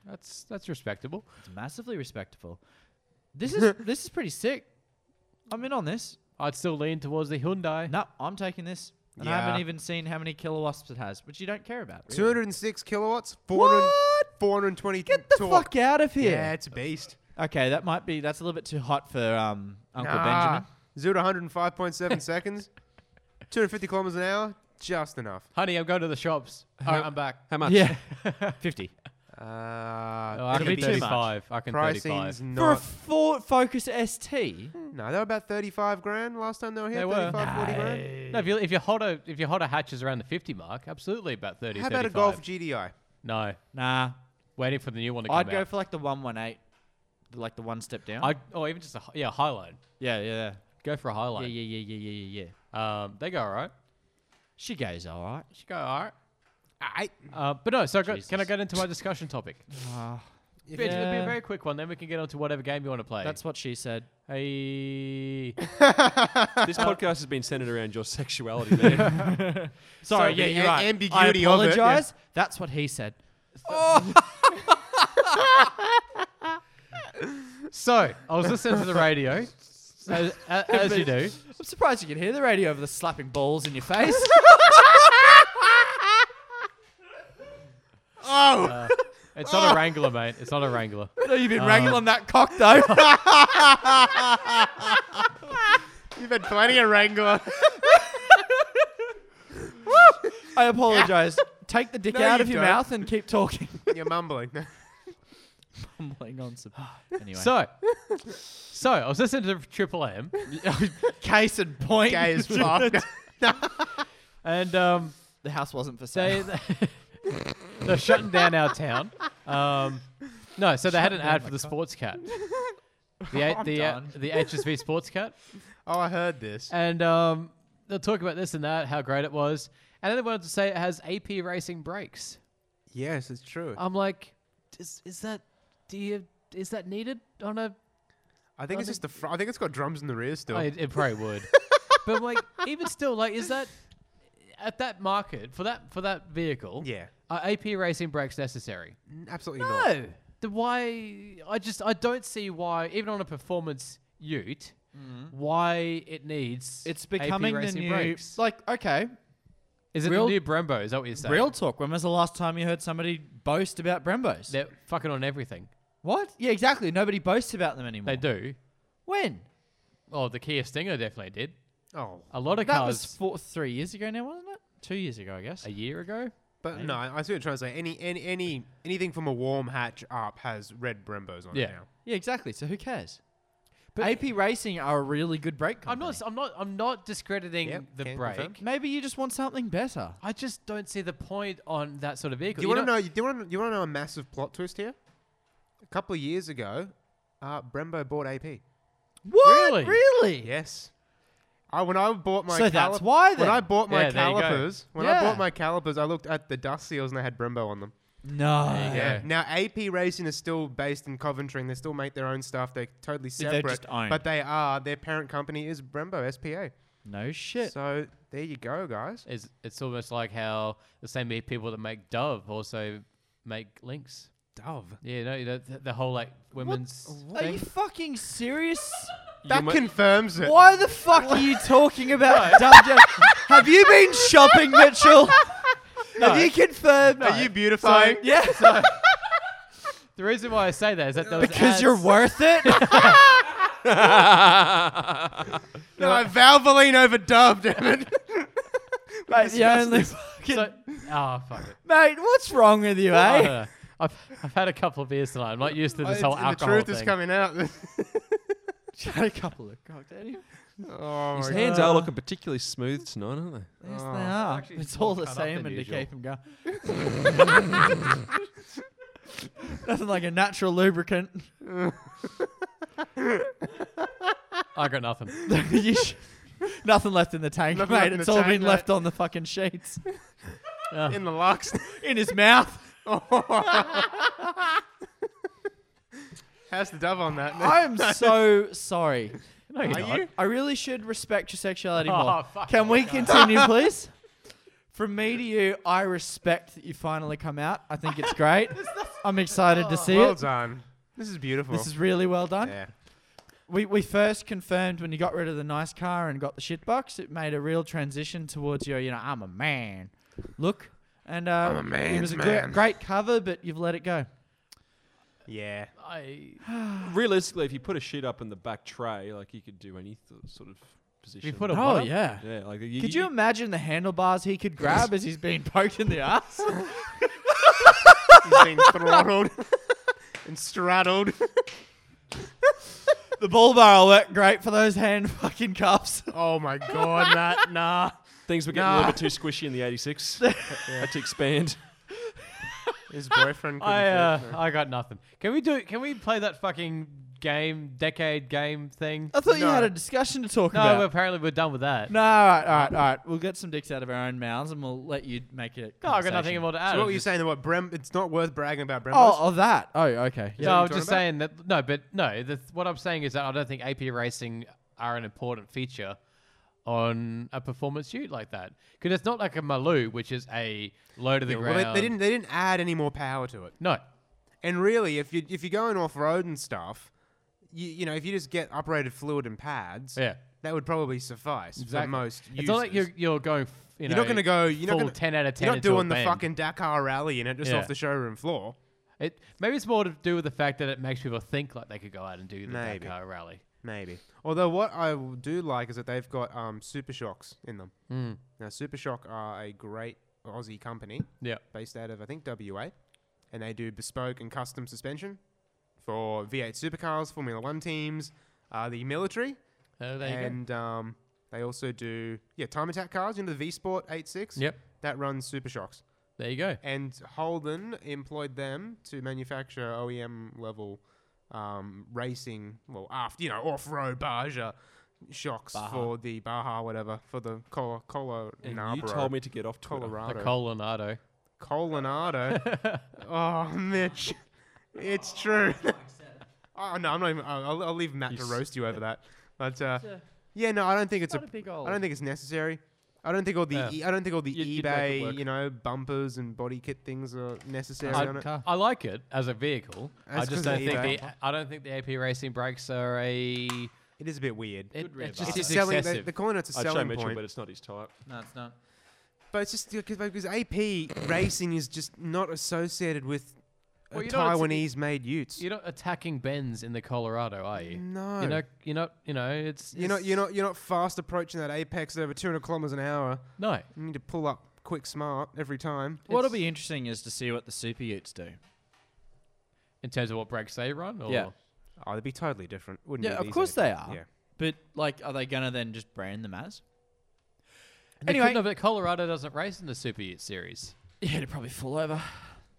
A: That's that's respectable.
C: It's massively respectful. This is this is pretty sick. I'm in on this.
A: I'd still lean towards the Hyundai.
C: No, I'm taking this. And I
E: Yeah.
C: haven't even seen how many kilowatts it has, which you don't care about. really.
E: 206 kilowatts. 400, 420
C: Get the
E: torque.
C: fuck out of here.
E: Yeah, it's a beast.
C: Okay, that might be that's a little bit too hot for um, Uncle Benjamin.
E: Zero to 105.7 seconds. 250 kilometers an hour. Just enough.
A: Honey, I'm going to the shops. All right, I'm back.
D: how much?
C: Yeah. 50.
E: Uh,
A: Oh, I
E: it'll
A: can
C: be
E: Uh, be
C: too much.
A: 35. I can
E: Pricing's
A: 35.
E: not.
C: For a Ford Focus ST?
E: No, they were about 35 grand last time they were here.
A: They were.
E: 35, 40 grand.
A: No, if you if your hotter if your hotter hatches around the 50 mark, absolutely about 30.
E: How about a
A: 35.
E: Golf GDI?
A: No,
C: Nah.
A: waiting for the new one to come
C: I'd go
A: out.
C: for like the 118, like the one step down.
A: I or even just a hi- yeah highline.
C: yeah, yeah,
A: Go for a
C: yeah. Yeah,
A: highline.
C: yeah, yeah, yeah, yeah, yeah.
A: Um, they go all right.
C: She goes, all right.
A: She go all right.
E: I,
A: Uh, but no, so I got, can I
C: Jesus.
A: get into my discussion topic? Ah, Bitch, It'll be
C: Yeah.
A: a very quick one. Then we can get on to whatever game you want to play.
C: That's what she said.
A: hey.
D: This podcast has been centered around your sexuality, man.
C: Sorry,
E: So
C: yeah,
E: the
C: you're
E: a-
C: right.
E: ambiguity
C: I
E: of it, yeah.
C: apologize. That's what he said.
A: So I was listening to the radio, as, as, as you do.
C: uh, I'm surprised you can hear the radio over the slapping balls in your face.
E: oh,
A: It's not a Wrangler, mate. It's not a Wrangler.
C: No, Oh, you've been wrangling on that cock though.
E: You've had plenty of Wrangler.
C: I apologize. Take the dick
E: No,
C: out
E: you
C: of your
E: don't.
C: mouth and keep talking.
E: You're mumbling.
C: Mumbling on some. Anyway.
A: So, so I was listening to Triple M,
C: case in point.
E: Gay as fuck.
A: and um,
C: The house wasn't for sale.
A: they they're shutting down our town. Um, no, so they had an ad for the sports cat. The a-
C: I'm
A: the uh,
C: done.
A: the HSV sports cat,
E: Oh, I heard this.
A: and um, they'll talk about this and that, how great it was, and then they wanted to say it has AP racing brakes.
E: Yes, it's true.
A: I'm like, is is that do you is that needed on a?
E: I think it's just the. Fr- I think it's got drums in the rear
C: Oh,
E: still.
A: I- it probably would, but I'm like even still, like is that at that market for that for that vehicle?
E: yeah,
A: Are AP racing brakes necessary?
E: N- absolutely not.
A: The why I just I don't see why even on a performance ute why it needs
C: Mm-hmm. It's becoming
A: AP
C: the
A: racing
C: new.
A: brakes.
C: Like, okay.
A: Is it
C: real-
A: the new Brembo? Is that what you're saying?
C: Real talk. When was the last time you heard somebody boast about Brembos?
A: They're fucking on everything.
C: what? Yeah, exactly. Nobody boasts about them anymore.
A: They do.
C: When?
A: Oh, the Kia Stinger definitely did.
E: Oh,
A: A lot of
C: That was
A: cars
C: four, three years ago now, wasn't it? Two years ago, I guess.
A: a year ago.
E: but no, I see what you're trying to say. Any, any, any, anything from a warm hatch up has red Brembos on
A: Yeah.
E: it now.
C: Yeah, exactly. So who cares?
A: But-
C: AP Racing are a really good brake
A: I'm
C: company.
A: not. s- I'm not. I'm not discrediting
E: Yep,
A: the
E: can
A: brake.
E: confirm.
C: Maybe you just want something better.
A: I just don't see the point on that sort of vehicle.
E: Do you want to
A: don't-
E: know? Do you want? You want to know a massive plot twist here? A couple of years ago, uh, Brembo bought AP.
C: What?
A: Really?
C: Really?
E: Yes. I, when I bought my
C: So
E: calip-
C: that's why then.
E: when I bought my
A: Yeah, there you go.
E: calipers when
C: Yeah.
E: I bought my calipers I looked at the dust seals and they had Brembo on them.
C: No.
A: Yeah.
E: Now AP Racing is still based in Coventry and they still make their own stuff. They're totally
C: They're
E: separate,
C: just owned.
E: but they are their parent company is Brembo SPA.
C: No shit.
E: So there you go, guys.
A: It's, it's almost like how the same e, people that make Dove also make links.
E: Dove.
A: Yeah, no, you know, th- the whole like women's
C: Are
A: thing.
C: you fucking serious?
E: That confirms it.
C: Why the fuck are you talking about Dumb Joe? Have you been shopping, Mitchell? Have you confirmed?
E: Are you beautifying?
C: yeah.
A: the reason why I say that is that there was
C: because you're
A: ads-
C: worth it.
E: no, I Valvoline over Dove, damn it.
C: Mate, the only fucking-
A: So, oh fuck it. Oh,
C: mate, what's wrong with you,
A: I don't
C: eh?
A: know. I've, I've had a couple of beers tonight. I'm not used to this
E: It's-
A: whole
E: and the
A: alcohol
E: truth is
A: thing.
E: coming out.
C: Had a couple of cocktails.
E: oh my
D: His
E: God.
D: hands are looking particularly smooth tonight, aren't they?
C: Yes, they
E: Oh,
C: are. It's all the
A: cut up
C: same
A: than
C: and to
A: usual.
C: keep them going. Nothing like a natural lubricant.
A: I got nothing.
C: You sh- Nothing left in the tank,
E: Nothing left
C: mate.
E: in
C: It's
E: the
C: all
E: tank,
C: been
E: mate.
C: left on the fucking sheets.
E: in the locks.
C: in his mouth.
E: How's the dove on that?
C: I'm so sorry.
A: No, you're
E: Are
A: not.
E: you?
C: I really should respect your sexuality
A: Oh,
C: more.
A: fuck
C: Can we continue, please? From me to you, I respect that you finally come out. I think it's great. I'm excited to see
E: Oh. well
C: it.
E: done. This is beautiful.
C: This is really well done.
E: yeah.
C: We, we first confirmed when you got rid of the nice car and got the shit box, it made a real transition towards your, you know, I'm a man look. And uh,
E: I'm a
C: it
E: man's
C: was a gr-
E: man.
C: great cover, but you've let it go.
E: Yeah.
A: I,
D: Realistically, if you put a sheet up in the back tray, like you could do any th- sort of position.
A: put a-
C: Oh,
A: What?
C: yeah.
D: yeah, like you,
C: Could you imagine the handlebars he could grab as he's being poked in the ass?
E: He's been throttled and straddled.
C: The bull barrel worked great for those hand fucking cuffs.
E: Oh my god, that nah.
D: Things were getting a little bit too squishy in the '86. Had to expand.
E: His boyfriend.
A: I, uh,
E: couldn't fit.
A: I got nothing. Can we do? Can we play that fucking game, decade game thing?
C: I thought you
E: No.
C: had a discussion to talk
A: No,
C: about.
A: apparently we're done with that.
C: no, all right, all right, all right. We'll get some dicks out of our own mouths and we'll let you make it.
A: No, I got nothing more to add.
E: So what
A: I'm
E: were you
A: just-
E: saying? that What Brem? It's not worth bragging about Brem.
C: Oh, oh, that. Oh, okay.
A: No,
E: what
A: I'm
E: you're
A: just saying
E: talking
A: that. No, but no. The, what I'm saying is that I don't think AP racing are an important feature on a performance shoot like that because it's not like a Maloo, which is a low to the
E: well,
A: ground.
E: they, they didn't. They didn't add any more power to it.
A: No,
E: And really, if you if you're going off road and stuff, you you know if you just get uprated fluid and pads,
A: yeah,
E: that would probably suffice
A: exactly.
E: for most.
A: It's not like
E: users.
A: you're you're going. f- You
E: You're
A: know,
E: not going to go. You're
A: full
E: not going to
A: ten out of ten.
E: You're not
A: into a
E: doing the
A: bend.
E: fucking Dakar rally in it just
A: Yeah.
E: off the showroom floor.
A: It maybe it's more to do with the fact that it makes people think like they could go out and do the
E: Maybe.
A: Dakar rally.
E: Maybe. Although what I w- do like is that they've got um, Super Shocks in them.
A: Hmm,
E: Now Super Shock are a great Aussie company
A: Yeah.
E: based out of I think WA, and they do bespoke and custom suspension for V8 supercars, Formula One teams, uh, the military,
A: Oh, there you
E: and um, they also do yeah time attack cars. You know the V Sport 86.
A: go. Yep.
E: That runs Super Shocks,
A: There you go.
E: and Holden employed them to manufacture OEM level um, racing, well, after you know off road Baja shocks for the Baja whatever for the Colo
D: And
E: Colorado.
D: you told me to get off Twitter.
A: The
E: Colorado.
A: Colonado.
E: Colonado. oh, Mitch, it's true. oh no, I'm not even. I'll, I'll leave Matt to roast you over that. But uh, yeah, no, I don't think it's, a.
C: big
E: I don't think it's necessary. I don't think all the
A: Yeah.
E: e- I don't think all the
D: You'd- you'd make it
E: eBay
D: work.
E: you know bumpers and body kit things are necessary on it.
A: I, I like it as a vehicle.
E: That's
A: I just
E: 'cause of
A: don't think
E: eBay.
A: the I don't think the AP racing brakes are a. It,
E: It is a bit weird.
A: it
C: rear
A: just
C: bar.
E: it's
A: is
E: a selling. They,
A: excessive.
E: they're calling it a
D: I'd show
E: selling
D: Mitchell,
E: point,
D: but
E: but,
D: it's not his type.
C: No, it's not.
E: it's just because because AP racing is just not associated with uh,
A: Well, you know, it's-
E: Taiwanese-made Utes.
A: You're not attacking Benz in the Colorado, are you?
E: No.
A: You're not. You're not. You know, it's.
E: You're not, you're not, you're not fast approaching that apex at over 200 kilometers an hour.
A: No.
E: You need to pull up quick, smart every time.
C: What'll be interesting is to see what the Super Utes do.
A: In terms of what brakes they run, or
C: Yeah.
E: Oh, they'd be totally different, wouldn't
C: Yeah,
E: it,
C: of
E: these
C: course
E: days?
C: they are.
E: Yeah.
C: But like, are they gonna then just brand them as?
A: They
C: Anyway.
A: couldn't have, but Colorado doesn't race in the Super Ute Series.
C: Yeah, they'd probably fall over.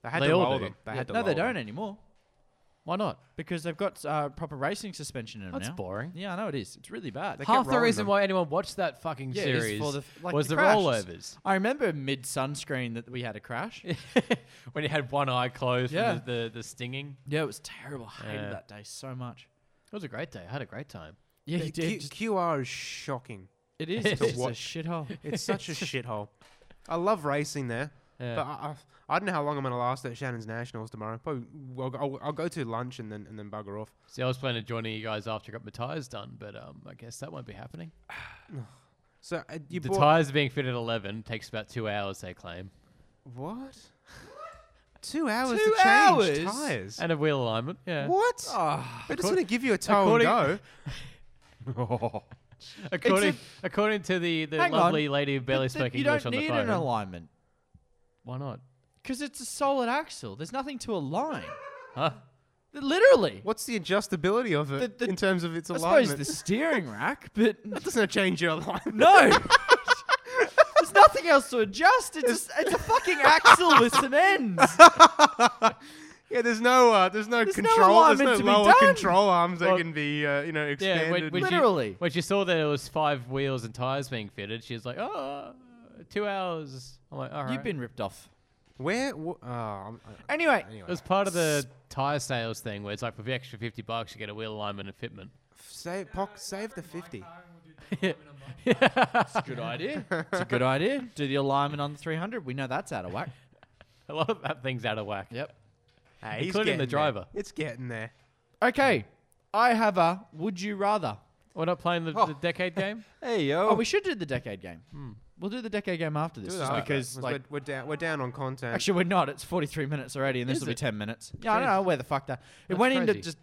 E: They had
A: They
E: to
A: all
E: roll
A: do.
E: them. They
A: Yeah.
E: had to
C: No, they
E: roll
C: don't
E: them.
C: anymore
A: Why not?
C: because they've got uh, proper racing suspension in them
A: That's
C: now.
A: boring.
C: Yeah, I know it is. It's really bad.
E: They
A: Half
E: kept
A: the
E: rolling
A: reason
E: them.
A: why anyone watched that fucking
C: Yeah, it is
A: series
C: for the f- like
A: was
C: the
A: the,
C: crashes.
A: rollovers.
C: I remember mid sunscreen that we had a crash.
A: when you had one eye closed
C: Yeah.
A: from the, the, the stinging.
C: Yeah, it was terrible. I hated
A: Yeah.
C: that day so much.
A: It was a great day. I had a great time.
C: Yeah,
E: The Q- QR is shocking.
C: it is.
A: To
C: It's just a
E: watch.
C: shithole.
E: It's such a shithole. I love racing there,
A: Yeah.
E: but I, I, I don't know how long I'm going to last at Shannon's Nationals tomorrow. Probably, well, I'll, I'll go to lunch and then and then bugger off.
A: See, I was planning on joining you guys after I got my tires done, but um, I guess that won't be happening.
E: So uh, you
A: the
E: bought
A: tires being fitted at eleven takes about two hours, they claim,
E: what? Two hours
C: Two
E: to change
C: hours? uh,
E: tires.
A: and a wheel alignment. Yeah.
E: what?
C: Ah,
E: I just want to give you a toe and go.
A: according- According according to the, the
C: Hang on.
A: lovely lady who barely
C: but th-
A: spoke
C: you don't
A: English on the
C: need
A: phone.
C: an alignment
A: Why not?
C: because it's a solid axle. There's nothing to align.
A: Huh?
C: Literally.
E: What's the adjustability of it
C: The- the-
E: in terms of its
C: I
E: alignment?
C: suppose the steering rack, but
E: that doesn't change your alignment.
C: no. There's nothing else to adjust. It's just, it's a fucking axle with some ends.
E: Yeah, there's no uh, there's no
C: There's no
E: control.
C: alignment
E: there's
C: to
E: no
C: be
E: lower
C: done.
E: control arms
A: Well,
E: that can be uh, you know
A: Yeah,
E: expanded.
A: when, when
C: Literally.
A: She, when she saw that it was five wheels and tires being fitted, she was like, "Oh, two hours." I'm like, "All right."
C: You've been ripped off.
E: Where? Wh- oh, I'm-
C: Anyway,
E: I- anyway,
A: It was part of the tire sales thing where it's like for the extra fifty bucks you get a wheel alignment and fitment.
E: save poc- save the fifty.
C: it's a good idea. It's a good idea. Do the alignment on the 300. We know that's out of whack.
A: A lot of that thing's out of whack.
C: Yep.
E: Hey, he's
A: Including the
E: getting there.
A: driver.
E: It's getting there.
C: Okay. I have a would you rather.
A: We're not playing the, the decade game.
D: Hey yo.
C: Oh, we should do the decade game. We'll do the decade game after this,
E: Do
C: just
E: that.
C: because
E: We're-
C: like
E: we're, we're down we're down on content.
C: Actually, we're not. It's 43 minutes already, and this
A: Is
C: will be
A: it?
C: 10 minutes. Yeah, I don't
A: Jeez.
C: know where the fuck that. It
A: That's
C: went into
A: crazy.
C: just.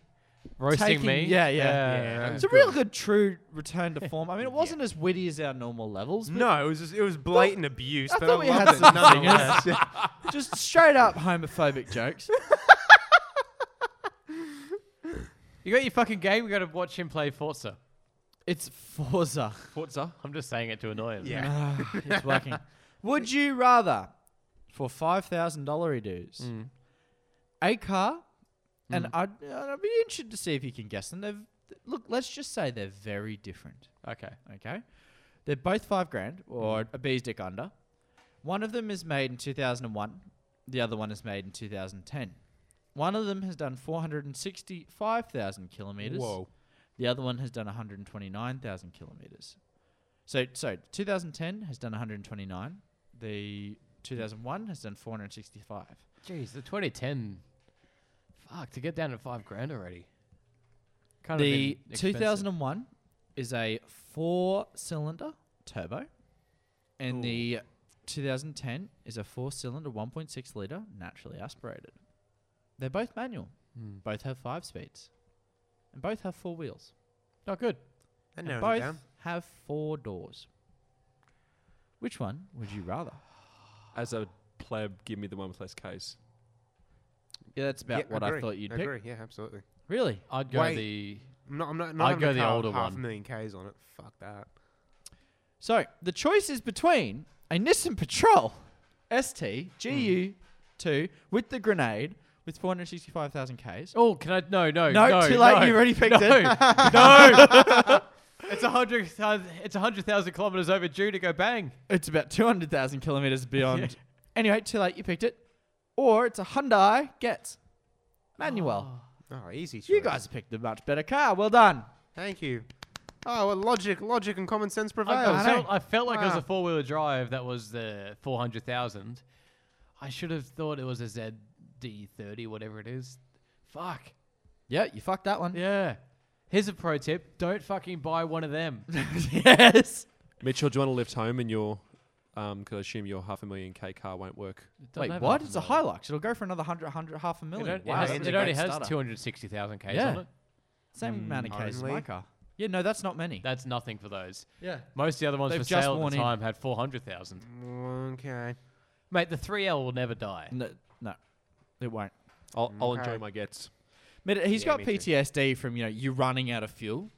A: Roasting
C: Taking-
A: me.
C: yeah, yeah.
E: Yeah.
C: It's a real good, true return to form. I mean, it wasn't as witty as our normal levels. But
E: no, it was just, it was blatant abuse.
C: I
E: but
C: thought
E: I
C: we had
E: loved it
C: some
E: nonetheless.
C: Just straight up homophobic jokes.
A: You got your fucking game. We got to watch him play Forza.
C: It's Forza.
A: Forza. I'm just saying it to annoy him.
E: Yeah.
C: Ah, it's working. Would you rather, for $5,000 he does, a car, and I'd, I'd be interested to see if you can guess them. They've, look, let's just say they're very different.
A: Okay.
C: Okay. They're both five grand or a bee's dick under. One of them is made in 2001. The other one is made in 2010. One of them has done 465,000 kilometers.
E: Whoa.
C: The other one has done 129,000 kilometers. So, so 2010 has done 129. The 2001 has done 465.
A: Jeez, the 2010. Fuck, to get down to five grand already. Kind
C: The 2001 is a four cylinder turbo, and the 2010 is a four cylinder 1.6 litre naturally aspirated. They're both manual.
E: Hmm.
C: Both have five speeds. And both have four wheels.
A: Not good.
E: That
C: And
E: narrows it
C: both
E: down.
C: have four doors. Which one would you rather?
D: As a pleb, give me the one with less case.
C: Yeah, that's about
E: Yeah,
C: what
E: agree.
C: I thought you'd
E: agree.
C: pick.
E: Yeah, absolutely.
C: Really?
A: I'd go
E: Wait.
A: the
E: I'm not. I'm not. not
A: I'd
E: on
A: go
E: the,
A: the
E: car with
A: older
E: half a
A: one.
E: million k's on it. Fuck that.
C: So the choice is between a Nissan Patrol ST GU2 with the grenade with 465,000 Ks.
A: Oh, can I? No, no,
C: No,
A: no
C: too late.
A: no,
C: You already picked
A: no,
C: it.
A: no, it's a hundred. thou- It's a hundred thousand kilometers overdue to go bang.
C: It's about 200,000 kilometers beyond. Anyway, too late. You picked it. Or it's a Hyundai Getz manual.
E: Oh, easy. Choice.
C: You guys picked a much better car. Well done.
E: Thank you. Oh, well, logic, logic, and common sense
A: I,
E: prevails.
A: felt, I felt like it was
E: Wow.
A: a four wheeler drive that was the four hundred thousand. I should have thought it was a ZD thirty, whatever it is. Fuck.
C: Yeah, you fucked that one.
A: Yeah. Here's a pro tip: don't fucking buy one of them.
C: yes.
D: Mitchell, do you want to lift home in your? Because I assume your half a million K car won't work.
A: Don't
C: Wait,
A: have
C: what?
A: half
C: It's a
A: million.
C: Hilux. It'll go for another 100, 100 half a
A: It,
C: million.
A: don't- it has-
C: that's
A: it
C: a
A: only
C: great
A: has
C: starter.
A: two hundred sixty thousand k's on
C: Yeah.
A: it.
C: Same amount of Ks as my
E: Only.
C: car. Yeah, no, that's not many.
A: That's nothing for those.
C: yeah.
A: Most of the other ones
C: They've
A: for
C: just
A: sale at
C: worn
A: the
C: in.
A: time had four hundred thousand.
E: Okay.
A: Mate, the three L will never die.
C: No, no, it won't.
D: I'll, I'll
E: Okay.
D: enjoy my gets.
C: But he's
E: Yeah,
C: got
E: me too.
C: PTSD from you know you running out of fuel.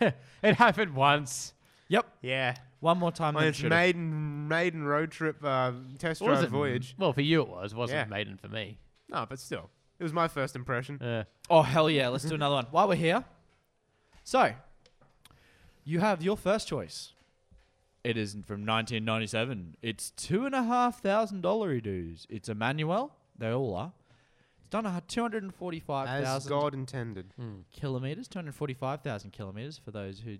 A: It happened once.
C: Yep.
E: Yeah.
C: One more time.
E: On
C: than
E: its
C: should've.
E: maiden maiden road trip uh, test
A: What was
E: drive
A: it?
E: voyage.
A: Well, for you it was. It wasn't
E: Yeah.
A: Maiden for me.
E: No, but still, it was my first impression.
A: Uh,
C: Oh hell yeah! Let's do another one while we're here. So, you have your first choice. It is from 1997. It's two and a half thousand dollar dues. It's a manual. They all are. It's done a two hundred and forty-five
E: As
C: thousand
E: God intended.
C: kilometers. Two hundred forty-five thousand kilometers for those who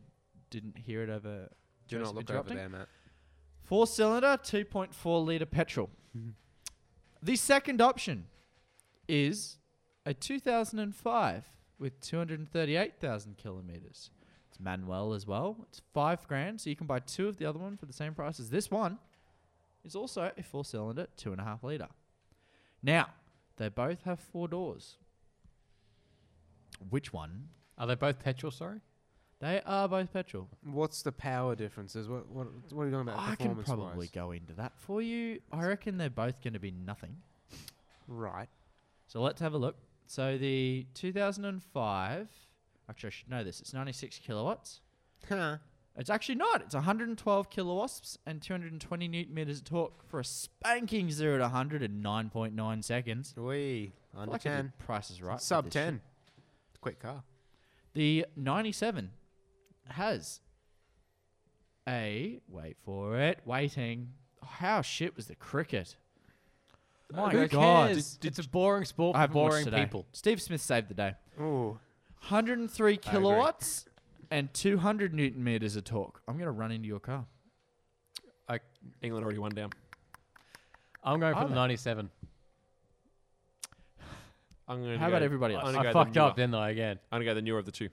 C: didn't hear it over.
E: Do
C: Joseph
E: not look over
C: interrupting.
E: there, Matt.
C: Four cylinder, 2.4 litre petrol. the second option is a 2005 with 238,000 kilometres. It's manual as well. It's five grand, so you can buy two of the other one for the same price as this one. It's also a four cylinder, two and a half litre. Now, they both have four doors. Which one?
A: are they both petrol? Sorry.
C: They are both petrol.
E: What's the power differences? What what what are you talking about?
C: I can
E: performance
C: probably
E: wise?
C: go into that for you. I reckon they're both going to be nothing.
E: Right.
C: So let's have a look. So the 2005, actually, I should know this. It's 96 kilowatts.
E: Huh.
C: It's actually not. It's 112 kilowatts and 220 newton meters of torque for a spanking zero to 100 in 9.9 seconds.
E: We under
C: Like
E: ten.
C: the price is right. for
E: Sub
C: this shit.
E: ten. Quick car.
C: The 97 has a wait for it. Waiting. How shit was the cricket? My
A: Who
C: God.
A: cares? it's a boring sport
C: I
A: for
C: have
A: boring people.
C: Steve Smith saved the day.
E: Ooh.
C: 103
E: agree.
C: kilowatts and 200 newton meters of torque. I'm going to run into your car.
D: I, England already won down.
A: I'm going
C: Are
A: for the
C: they?
A: '97.
D: I'm gonna
C: How
D: go-
C: about everybody
D: I'm
C: else?
D: gonna
A: I
D: go the
A: fucked
D: newer.
A: up, didn't I? Again.
D: I'm gonna go the newer of the two.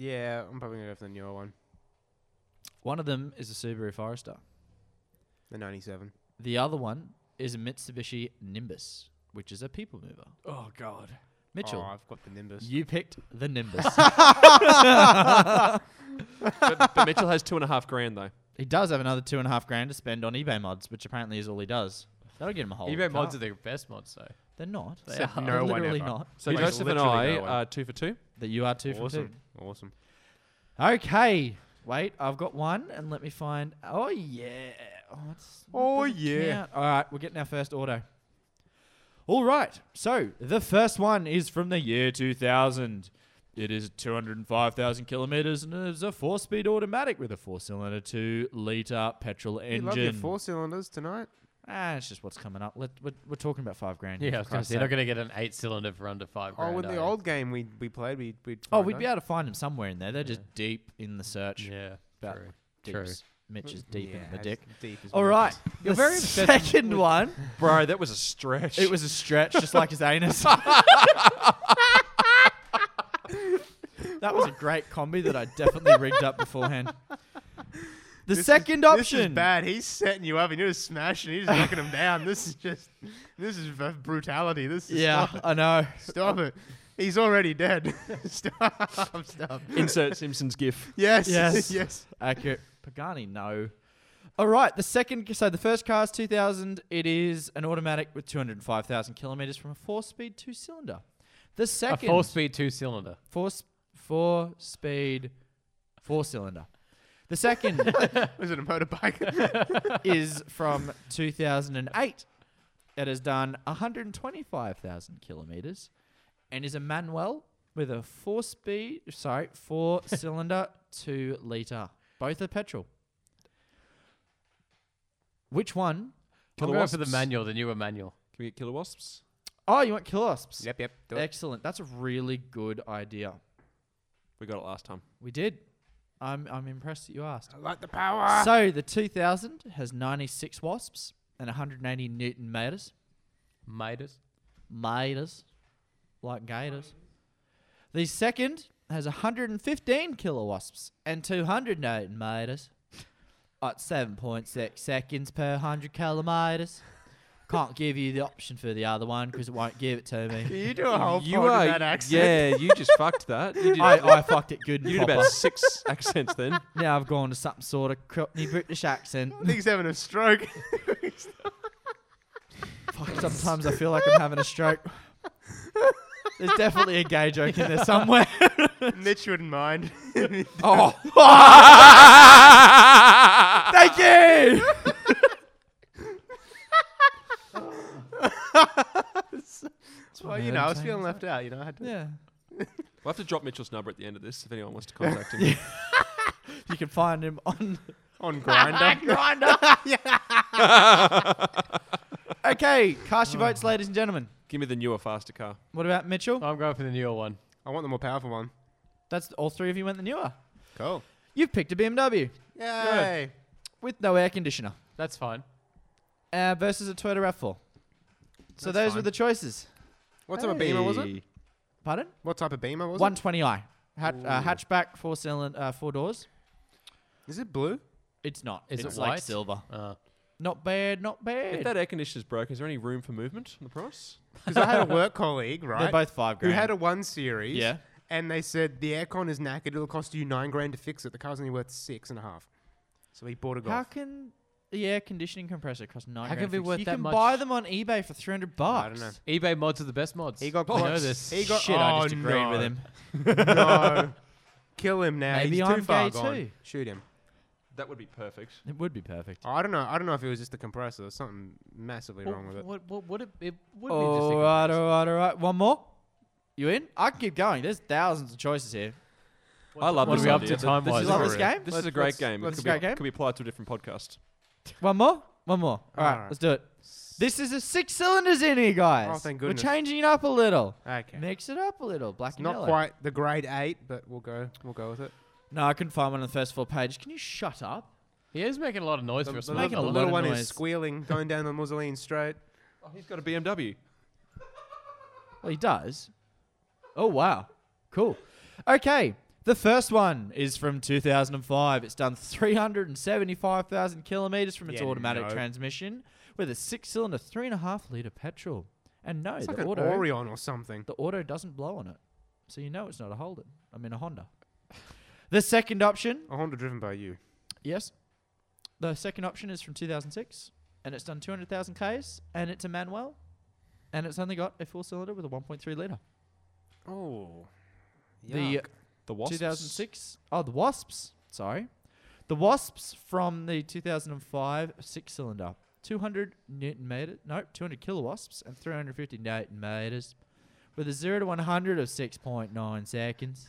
E: Yeah, I'm probably gonna go for the newer one.
C: One of them is a Subaru Forester.
E: The ninety-seven.
C: The other one is a Mitsubishi Nimbus, which is a people mover.
A: Oh God.
C: Mitchell,
E: Oh, I've got the Nimbus.
C: you picked the Nimbus.
D: but, but Mitchell has two and a half grand though.
C: he does have another two and a half grand to spend on eBay mods, which apparently is all he does. That'll get him a whole.
A: eBay mods are
C: car.
A: the best mods, though.
C: They're not. They
E: Said
C: are
E: no one
C: literally
E: ever.
C: not.
D: So
E: Like,
D: Joseph and
E: literally
D: I
E: no one.
D: are two for two.
C: That you are two for two.
E: awesome. Awesome.
C: Okay. Wait, I've got one, and let me find. Oh yeah. Oh, it's that
E: Oh,
C: doesn't
E: yeah.
C: count. All right, we're getting our first auto. All right. So the first one is from the year 2000. It is 205,000 kilometers and it is a four-speed automatic with a four-cylinder, two-liter petrol
E: You
C: engine.
E: love your four cylinders tonight.
C: ah, it's just what's coming up. Let, we're, we're talking about five grand. here, for
A: Yeah, I was gonna
C: Christ's
A: say, you're not
C: sake.
A: gonna get an eight-cylinder for under five grand. eh?
E: Oh, with
A: are
E: the
A: you?
E: old game we we played, we we.
C: Oh, we'd be able to find them somewhere in there. They're just deep in the search.
A: Yeah.
C: About
A: True. True.
C: Deeps. Mitch is deep in the dick.
E: Deep as
C: All
E: well.
C: right.
A: You're
C: the
A: very obsessed with-
C: second one.
D: Bro, that was a stretch.
C: It was a stretch, just like his anus. that was a great combi that I definitely rigged up beforehand. The
E: This is-
C: second option.
E: This is bad. He's setting you up, and you're just smashing. He's just knocking him down. This is just, this is v- brutality. This is
C: Yeah,
E: stop it.
C: I know.
E: Stop it. He's already dead. stop. Stop.
D: Insert Simpsons GIF.
E: Yes.
C: Yes.
E: Yes.
C: Accurate. Pagani, no. All right, the second. So the first car is 2000. It is an automatic with 205,000 kilometers from a four-speed two-cylinder. The
A: A
C: second
A: four-speed two-cylinder.
C: four s- four-speed four-cylinder. The second
E: Was it a motorbike?
C: is from 2008. It has done 125,000 kilometers and is a manual with a four speed, sorry, four cylinder, two litre. Both are petrol. Which one?
A: I'm
D: Killer
A: going for the
D: wasps.
A: manual, the newer manual.
D: Can we get killer wasps?
C: Oh, you want kilosps?
E: yep. Yep. do it.
C: Excellent. That's a really good idea.
D: We got it last time.
C: We did. I'm, I'm impressed that you asked.
E: I like the power.
C: So the 2000 has 96 wasps and 180 newton meters.
A: Maiders.
C: Maters, like gators. The second has 115 kilowasps and 200 newton meters at 7.6 seconds per 100 kilometers. Can't give you the option for the other one because it won't give it to
E: Can
C: me.
E: you do a whole
D: you
E: pod
D: are,
E: in that accent?
D: yeah. You just fucked that. You did,
C: I, I fucked it good and
D: you did
C: proper.
D: about six accents then.
C: Now I've gone to some sort of Cockney British accent.
E: I think he's having a stroke.
C: Fuck, sometimes I feel like I'm having a stroke. There's definitely a gay joke in there somewhere.
E: Mitch wouldn't mind.
C: Oh. Thank you.
E: well, you know, I was feeling left out. You know, I had to.
C: Yeah.
D: We'll have to drop Mitchell's number at the end of this if anyone wants to contact him.
C: You can find him on.
E: On grinder. grinder.
C: Okay, cast your votes, ladies and gentlemen.
D: Give me the newer, faster car.
C: What about Mitchell?
A: I'm going for the newer one.
E: I want the more powerful one.
C: That's all three of you went the newer.
E: Cool.
C: You've picked a BMW
E: Yay.
C: with no air conditioner
A: That's fine.
C: uh, versus a Toyota Rav4. So
E: That's
C: those were
E: fine.
C: the choices.
E: What type of beamer was it?
D: Hey.
C: Pardon?
E: What type of beamer was
C: 120i Hat, uh, hatchback, four cylinder, uh, four doors.
E: it? Is it blue?
C: It's not.
A: Is it
C: it's like
A: white?
C: silver.
A: Uh,
C: Not bad. Not bad.
D: If that air conditioner's broken, is there any room for movement on the price?
E: Because I had a work colleague,
C: They're
E: right?
C: both five
E: who
C: grand.
E: had a one series.
C: Yeah.
E: And they said the aircon is knackered. It'll cost you nine grand to fix it. The car's only worth six and a half. So he bought a golf.
C: How can the air conditioning compressor cost nine?
A: How
C: grand
A: can it be
C: fixed?
A: worth
C: you
A: that
C: can
A: much?
C: buy them on eBay for three hundred bucks.
E: don't know.
A: eBay mods are the best mods.
E: He got
A: I know
E: caught.
A: this.
E: Oh, He got
C: Shit, I just
E: oh,
C: agreed
E: no.
C: with him.
E: no. Kill him now.
C: Maybe
E: He's
C: I'm
E: too
C: gay
E: far gone.
C: too.
E: Shoot him.
D: That would be perfect.
C: It would be perfect.
E: I don't know. I don't know if it was just the compressor. There's something massively wrong with it.
A: What, what, what it, it would be just a
C: All right,
A: comparison.
C: all right, all right. One more. You in? I can keep going. There's thousands of choices here.
D: I love
A: what
D: this
A: are we up
D: idea.
A: to
D: Th-
A: time-wise?
D: This is,
A: You
C: love
D: a
C: this
D: great-
C: game?
D: This is
E: Let's-
D: a great
E: let's-
D: game. It
E: let's
D: could
C: go
D: be,
C: game.
D: could be applied to a different podcast.
C: One more. One more. All right,
E: All right.
C: let's do it. This is a six cylinders in here, guys.
E: Oh, thank goodness.
C: We're changing it up a little.
E: Okay.
C: Mix it up a little. Black
E: It's
C: and
E: not
C: yellow.
E: quite the grade eight, but we'll go. We'll go with it.
C: No, I couldn't find one on the first four pages. Can you shut up?
A: He is making a lot of noise for a
E: The,
A: small
C: making
E: little-
C: a
E: the
A: car.
C: lot
E: little
C: of
E: one
C: noise.
E: is squealing, going down the Mussolini straight.
D: Oh, he's got a BMW.
C: Well, he does. Oh, wow. Cool. Okay. The first one is from 2005. It's done 375,000 kilometers from its
E: Yeah,
C: automatic
E: no.
C: transmission with a six cylinder, three and a half litre petrol. And no,
E: It's
C: the,
E: like an
C: auto,
E: Orion or something.
C: the auto doesn't blow on it. So you know it's not a Holden. I mean, a Honda. The second option,
E: A Honda driven by you.
C: yes. The second option is from 2006 and it's done 200,000 Ks and it's a manual and it's only got a four cylinder with a 1.3 litre.
E: Oh.
C: The
D: The Wasps.
C: 2006. Oh, the Wasps. Sorry. The Wasps from the 2005 six cylinder. 200 newton meters. No, 200 kilowasps and 350 newton meters. With a 0 to 100 of 6.9 seconds.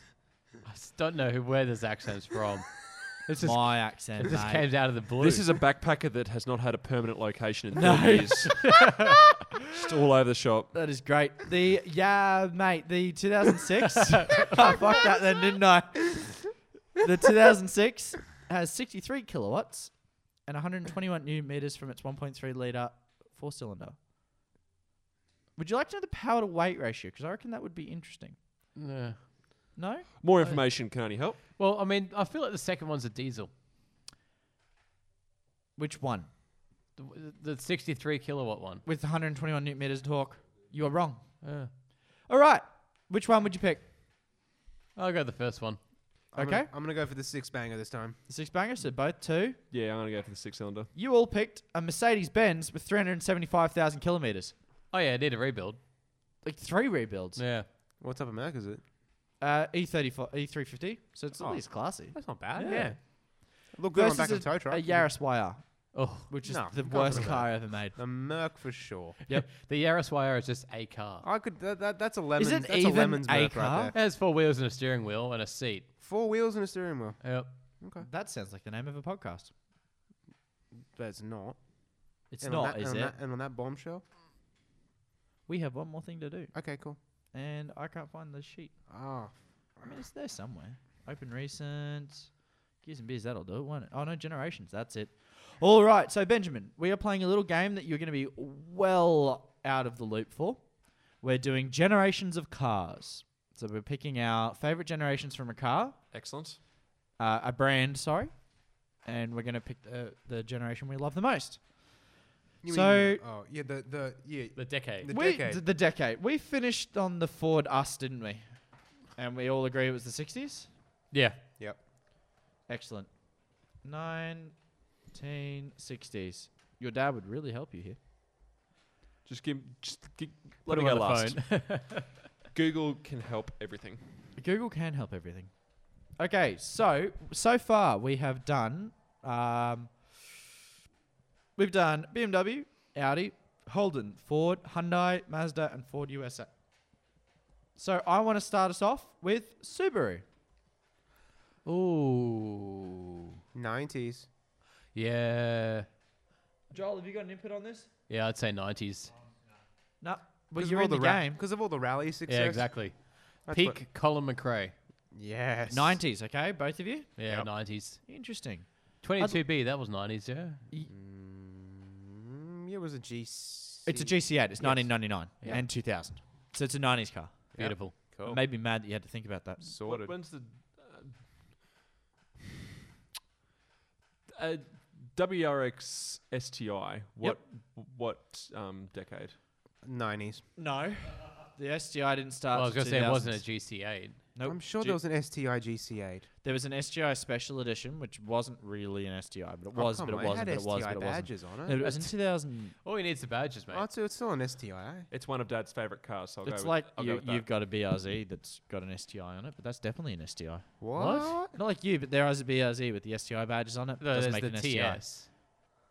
A: I s- don't know who, where this accent's from. This just,
C: My accent,
A: this
C: mate.
A: came out of the blue.
D: This is a backpacker that has not had a permanent location in
C: No.
D: 30 years. Just all over the shop.
C: That is great. The, yeah, mate, the 2006. I fucked that then, didn't I? The 2006 has 63 kilowatts and 121 new meters from its 1.3 litre four cylinder. Would you like to know the power to weight ratio? Because I reckon that would be interesting.
A: Yeah.
C: No?
D: More information can only help.
A: Well, I mean, I feel like the second one's a diesel.
C: Which one?
A: The, the 63 kilowatt one.
C: With 121 newton meters torque. You are wrong.
A: Yeah.
C: All right. Which one would you pick?
A: I'll go the first one.
E: I'm
C: Okay.
E: Gonna, I'm gonna go for the six banger this time.
C: The six banger, so both two.
D: Yeah, I'm gonna go for the six cylinder.
C: You all picked a Mercedes Benz with 375,000 kilometers.
A: Oh, yeah, I did a rebuild.
C: Like three rebuilds.
A: Yeah.
E: What type of Mac is it?
C: Uh, E34, E350. So it's
E: Oh.
C: at least classy.
E: That's not bad.
C: Yeah.
E: Yeah. Look good on the back
C: Versus
E: of the tow truck.
C: A Yaris YR,
A: Oh,
C: which is
E: No,
C: the
E: can't
C: worst
E: put it
C: car ever made.
E: The Merc for sure.
A: yep. the Yaris YR is just a car.
E: I could. That, that, that's a lemon.
C: it
E: that's
C: even
E: a lemon's
C: a
E: Merc
C: car?
E: right
A: It
E: there.
A: has four wheels and a steering wheel and a seat.
E: Four wheels and a steering wheel.
C: Uh,
A: Yep.
C: That sounds like the name of a podcast.
E: But it's not.
C: It's
E: And on
C: not,
E: that-
C: is
E: and
C: it?
E: on that- and on that bombshell.
C: We have one more thing to do,
E: Okay, cool.
C: and I can't find the sheet.
E: Ah,
C: I mean, it's there somewhere. Open recent. Gears and beers, that'll do it, won't it? Oh, no, generations, that's it. All right, so Benjamin, we are playing a little game that you're going to be well out of the loop for. We're doing generations of cars. So we're picking our favorite generations from a car,
D: Excellent.
C: uh, a brand, sorry, and we're going to pick the, the generation we love the most.
E: You
C: So-
E: mean, oh yeah, the the yeah.
A: The decade.
E: The
C: we,
E: decade.
C: d- The decade. We finished on the Ford Us, didn't we? And we all agree it was the 60s?
A: yeah.
E: Yep.
C: Excellent. 1960s. Your dad would really help you here.
D: Just give. Just gi-
A: Put
D: let me
A: him
D: go
A: on the
D: last.
A: phone.
D: Google can help everything.
C: Google can help everything. Okay, so so far we have done um, we've done BMW, Audi, Holden, Ford, Hyundai, Mazda, and Ford USA. So I want to start us off with Subaru.
A: Ooh.
E: Nineties.
A: Yeah.
C: Joel, have you got an input on this?
A: Yeah, I'd say 90s.
C: No. Well, you're in the, game.
E: because of all the rally success.
A: Yeah, exactly.
E: That's
A: Peak
E: what-
A: Colin McRae.
E: yes.
C: 90s, okay, both of you.
A: Yeah,
E: Yep.
A: 90s.
C: Interesting.
A: 22B, that was 90s, yeah.
E: Mm, it was a G.
C: It's a GC8. It's 1999
A: Yeah.
C: and 2000. So it's a 90s car.
A: Beautiful.
E: Cool.
C: It made me mad that you had to think about that.
E: Sorted.
D: When's the uh, uh, WRX STI? What what um, decade?
E: Nineties.
C: No. The SGI didn't start.
A: Well, I was
C: till
A: going to say it wasn't a
C: 2000s.
A: GC8.
C: Nope.
E: I'm sure
C: G-
E: there was an STI GC8.
C: there was an SGI special edition, which wasn't really an SGI, but it
E: Oh,
C: was,
E: come
C: but it wasn't,
E: on, It
C: but
E: had
C: it was,
E: STI
C: but it wasn't.
E: badges on
C: No,
E: it.
C: it was in 2000.
A: All he needs is badges, mate.
E: Oh, so it's still an STI.
D: It's one of Dad's favorite cars. So I'll go
C: it's
D: with-
C: like
D: I'll go
C: you,
D: with that.
C: you've got a BRZ that's got an STI on it, but that's definitely an STI.
E: What?
C: Not like you, but there is a BRZ with the STI badges on it. but
A: No,
C: doesn't
A: there's
C: make
A: the
C: it an STI.
A: TS.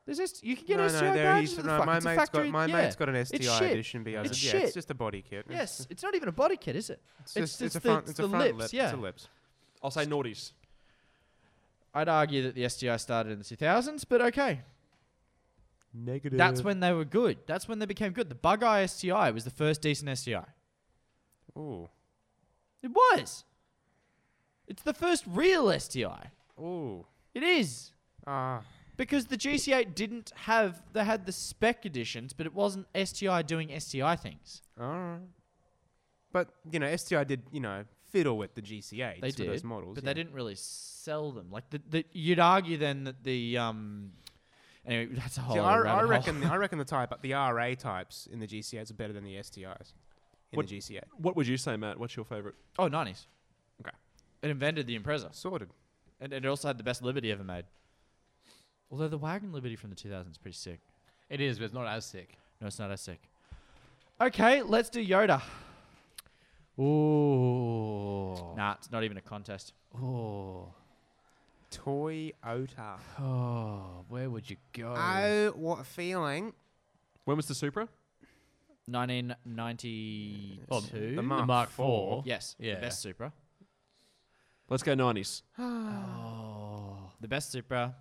C: There's just, you can get
E: no,
C: an STI
E: no, there
C: badges.
E: he's,
C: in the
E: no,
C: fuck-
E: my
C: it's a
E: mate's got
C: factory-
E: my
C: yeah.
E: mate's got an
C: It's
E: STI
C: shit.
E: edition BRZ.
C: It's
E: yeah,
C: shit.
E: it's just a body kit.
C: Yes, it's not even a body kit, is it?
E: it's,
C: it's-
E: just, it's,
C: it's
E: a
C: the-
E: front,
C: it's
E: it's
C: the
E: a front
C: lips,
E: lip.
C: yeah.
E: It's a lips.
D: I'll say noughties.
C: I'd argue that the SGI started in the 2000s, but okay. Negative. That's when they were good. That's when they became good. The Bug Eye STI was the first decent STI.
E: Ooh,
C: It was. It's the first real STI.
E: ooh,
C: It is.
E: ah,
C: Because the GC8 didn't have, they had the spec editions, but it wasn't STI doing STI things.
E: alright. But you know, STI did you know fiddle with the GC8s
C: They
E: for those
C: did,
E: models,
C: but they
E: yeah.
C: didn't really sell them. Like the, the, you'd argue then that the um, anyway, that's a whole.
E: See,
C: other rabbit
E: I, I
C: hole.
E: reckon I reckon the type the RA types in the GC8s are better than the STIs in
D: What-
E: the GC8.
D: What would you say, Matt? What's your favorite?
C: Oh, 90s.
D: Okay.
C: It invented the Impreza.
E: Sorted.
C: And it also had the best Liberty ever made. Although the Wagon Liberty from the 2000s is pretty sick.
A: It is, but it's not as sick.
C: No, it's not as sick. Okay, let's do Yoda.
A: Ooh.
C: Nah, it's not even a contest.
A: Ooh.
E: Toyota.
A: Oh, where would you go?
E: Oh, what a feeling!
D: When was the Supra?
C: 1992.
A: Well,
E: The Mark
A: Oh, Four.
C: yes,
A: Yeah.
C: the best Supra.
D: Let's go nineties.
A: Oh.
C: The best Supra.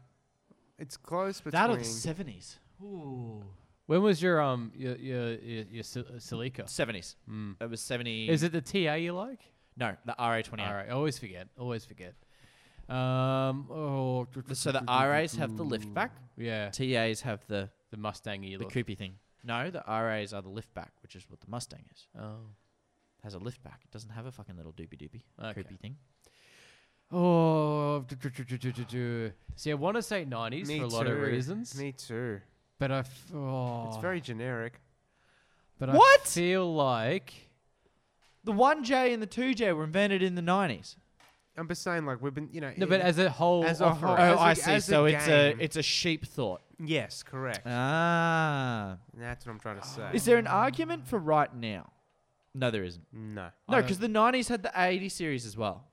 E: It's close between.
C: That or the 70s?
A: Ooh. When was your um your your your, your Sil- uh, Celica?
C: 70s.
A: Mm.
C: It was 70.
A: Is it the TA you like?
C: No, the RA28.
A: All right, I always forget. Always forget. Um. Oh.
C: So the RAs have the lift back.
A: Yeah.
C: TAs have the,
A: The Mustang you
C: the
A: look.
C: coupey thing. No, the RAs are the lift back, which is what the Mustang is.
A: Oh.
C: has a lift back. It doesn't have a fucking little doopy doopy
A: Okay.
C: creepy thing.
A: Oh, see, I want to say 90s
E: Me
A: for a lot of
E: too.
A: reasons,
E: Me too.
A: but I f- oh,
E: It's very generic.
A: but I
C: What?
A: feel like
C: The one J and the two J were invented in the nineties.
E: I'm just saying, like we've been, you know,
A: no, but
E: in-
A: as a whole,
E: as a
A: offering.
E: whole-
C: Oh,
E: As a-
C: I see.
E: as a
C: So it's a
E: game.
C: it's a sheep thought.
E: yes, correct.
C: Ah.
E: That's what I'm trying to say.
C: Uh. Is there an argument for right now? No, there isn't.
E: no,
C: No,
A: don't-
C: because the nineties had the eighty series as well,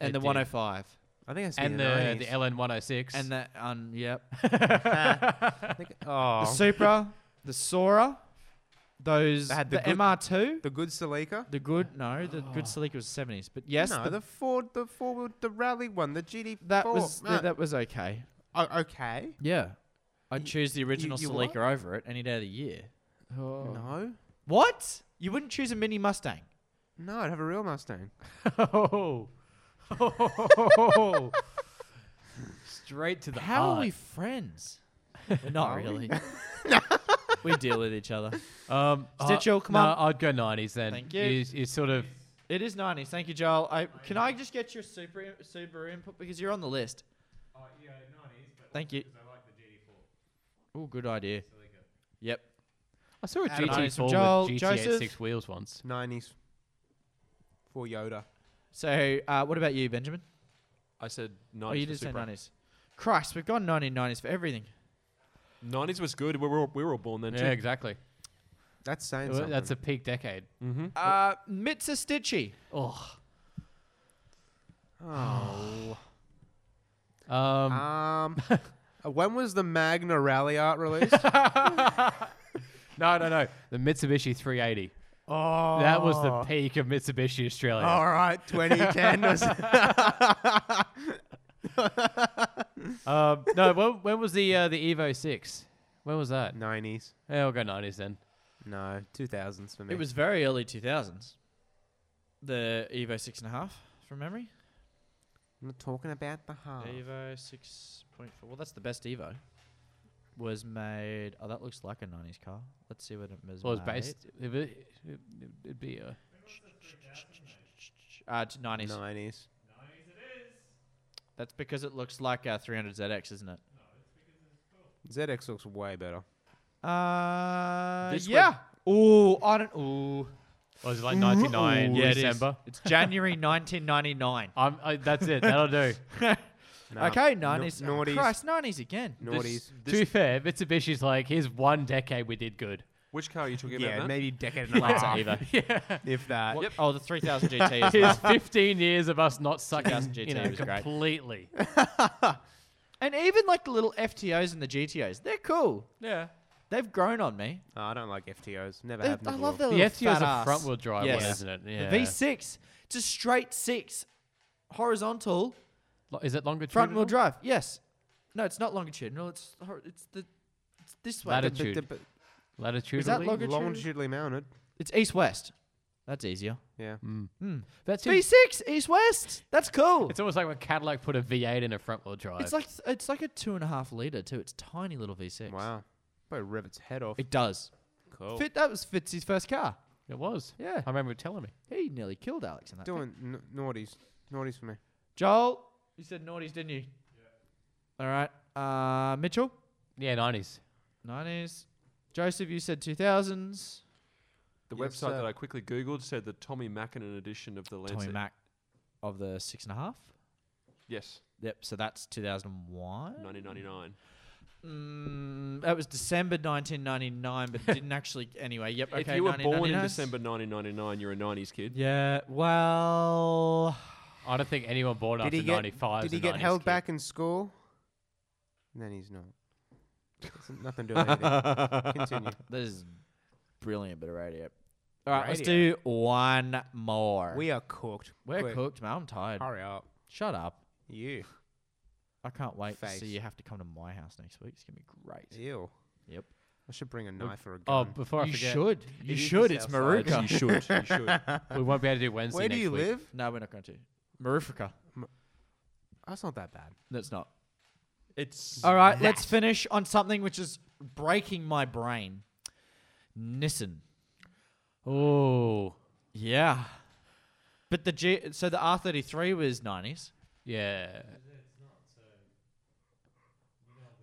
C: and
A: It
C: the
A: did.
C: one hundred five,
E: I think it's
A: and
E: the,
A: the, the
E: 90s.
A: LN 106
C: and the um, yep,
E: I think-
C: the
E: oh,
C: Supra, the Sora, those
E: They had
C: the,
E: the good-
C: MR two,
E: the good Celica.
C: the good no, the good Celica was seventies, but yes,
E: no,
C: Oh. the-
E: the, Ford, the four wheel, the rally one, the GD.
C: that was yeah, that was okay.
E: okay.
C: Yeah, I'd choose the original
E: you what?
C: Celica over it any day of the year. Oh.
E: No,
C: What? You wouldn't choose a mini Mustang?
E: no, I'd have a real Mustang.
A: oh. straight to the
C: How
A: heart.
C: are we friends? We're not really. we deal with each other.
A: Um, uh,
C: Stitchell, come
A: no,
C: on.
A: I'd go 90s then.
C: Thank you.
A: It's, it's sort of
C: It is 90s. Thank you, Joel. I, can I just get your super super input because you're on the list? Uh, Oh, yeah, 90s. But Thank you. Oh, good idea. Yep.
A: I saw a
E: Adam
A: GT4
C: Jones from
A: with
C: Joel,
A: GTA
C: Joseph.
A: six wheels once.
E: Nineties. For Yoda.
C: So, uh, what about you, Benjamin?
D: I said 90s.
C: Oh, you
D: for
C: did say
D: Supra.
C: 90s. Christ, we've gone 1990s for everything.
D: 90s was good. We were all, we were all born then, too.
A: Yeah, exactly.
E: That's saying
A: Well,
E: something.
A: That's a peak decade.
C: Uh, Mitsa Stitchy.
A: Oh.
E: oh.
A: Um,
E: Um. uh, when was the Magna Rally Art released?
A: no, no, no. The Mitsubishi 380.
E: oh.
A: That was the peak of Mitsubishi Australia.
E: All right, 2010. was-
A: Um, no, when, when was the uh, the Evo 6? When was that?
E: 90s.
A: Yeah, we'll go 90s then.
E: No, 2000s for me.
C: It was very early 2000s. The Evo 6.5, from memory.
E: I'm not talking about the heart.
C: Evo 6.4. Well, that's the best Evo. Was made. Oh, that looks like a 90s car. Let's see what it was
A: Well, it was
C: made.
A: based. It, it, it, it'd be a.
C: Uh, it's 90s.
E: 90s.
C: That's because it looks like a 300ZX, isn't it?
E: ZX looks way better.
C: Uh,
D: This
C: yeah. Ooh, I don't. Ooh,
A: Was it like 99
C: yeah, it is.
A: December?
C: It's January 1999.
A: I'm, I, that's it. That'll do.
E: Nah,
C: okay,
E: no-
C: 90s. Oh,
E: noughties.
C: Christ, 90s again.
E: Noughties.
A: to be fair, Mitsubishi's like, here's one decade we did good.
D: Which car are you talking
E: Yeah,
D: about? Matt?
E: maybe decade and a
C: That's
E: half,
C: an Evo.
E: if that.
C: Yep. Oh, the 3000 GT. Is
A: Here's 15 years of us not sucking
C: 2000
A: you
C: GT
A: know,
C: was great.
A: completely.
C: and even like the little FTOs and the GTOs, they're cool.
A: yeah.
C: They've grown on me.
E: Oh, I don't like FTOs. Never
C: They-
E: have.
C: I
E: never
C: love their
E: will.
A: The
C: little
A: FTO is
C: fat
A: a
C: ass.
A: front wheel drive
C: Yes.
A: one, isn't it? Yeah.
C: The V6, it's a straight six, horizontal
A: Lo- Is it longitudinal?
C: front wheel drive. Yes. No, it's not longitudinal. It's hor- it's the it's this way.
A: Latitude.
E: But- but-
A: Latitudinally?
C: Is that
E: but
C: longitudinal?
E: Longitudinally mounted.
C: It's east west. That's easier.
E: Yeah.
C: Mm.
A: That's
C: V
A: it.
C: six east west. That's cool.
A: It's almost like when Cadillac put a V8 in a front wheel drive.
C: It's like it's like a two and a half liter too. It's tiny little V six.
E: Wow. Probably rev its head off.
C: It does.
E: Cool.
C: Fit that was Fitzy's first car.
A: it was.
C: Yeah.
A: I remember it telling me.
C: He nearly killed Alex in that. thing.
E: Doing n- naughties. Naughties for me.
C: Joel, you said noughties, didn't you? Yeah. All right. Uh, Mitchell,
A: Yeah, 90s.
C: nineties. Joseph, you said two thousands.
D: The
E: Yes,
D: website
E: sir.
D: that I quickly Googled said the Tommy Mackinnon edition of the Lancet.
C: uh, Tommy Mac of the six and a half.
D: Yes,
C: Yep. So that's two thousand one.
D: 1999.
C: Mm, that was December nineteen ninety nine, but didn't actually. Anyway. Yep. Okay.
D: if you were born in
C: 1999s.
D: December 1999, you're a 90s kid.
C: Yeah, well,
A: I don't think anyone born
E: Did
A: after
E: he get-
A: 95
E: Did he get held back in school? Then he's not. It's nothing to do with anything. Continue.
C: that is brilliant bit of radio. All right, let's
E: Radio.
C: do one more.
E: We are cooked.
C: We're
E: Quick,
C: cooked, man. I'm tired.
E: Hurry up.
C: Shut up.
E: You.
C: I can't wait to
E: Face.
C: see you have to come to my house next week. It's going to be great.
E: Ew.
C: Yep.
E: I should bring a knife or a
A: Oh,
E: gun.
A: before I
C: you
A: forget,
C: should. You
E: is
C: should. It's
E: just outside.
D: You
C: Maruka.
D: should. You should.
A: we won't be able to do Wednesday
E: Where do
A: next
E: you
A: week.
E: live?
C: no, we're not going to. Marufica.
E: That's Oh, not that bad.
C: That's not.
D: It's
E: Uh,
C: All right, let's finish on something which is breaking my brain. Nissan.
A: Oh.
C: Yeah. But the G, so the R33 was 90s.
A: Yeah.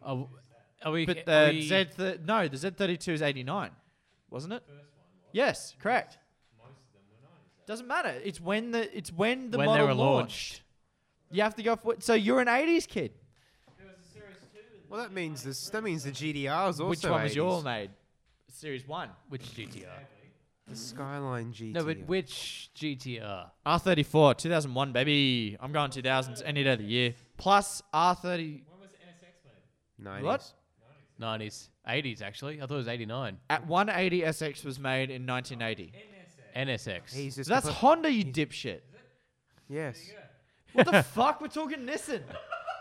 A: Are, w- are we?
C: But
A: are
C: the
A: we-
C: Z th- no, the Z thirty two is eighty nine, wasn't it? Yes, correct. Doesn't matter. It's when the it's when the
A: When they
C: model
A: were
C: launched.
A: launched.
C: You have to go for so you're an eighties kid.
E: Well, that means this. That means the GDR is also.
C: Which one was your
E: 80s.
C: made? Series one.
A: which GTR?
E: The Skyline GTR.
A: No, but which GTR?
C: R thirty four, two thousand one, baby. I'm going two thousands any day of the year. Plus R thirty
E: 90s.
C: what?
A: Nineties, eighties actually. I thought it was eighty nine.
C: At one eighty SX was made in nineteen eighty.
A: NSX.
E: He's just.
C: So that's
E: complete-
C: Honda, you dipshit.
E: Yes.
C: What the fuck? We're talking Nissan.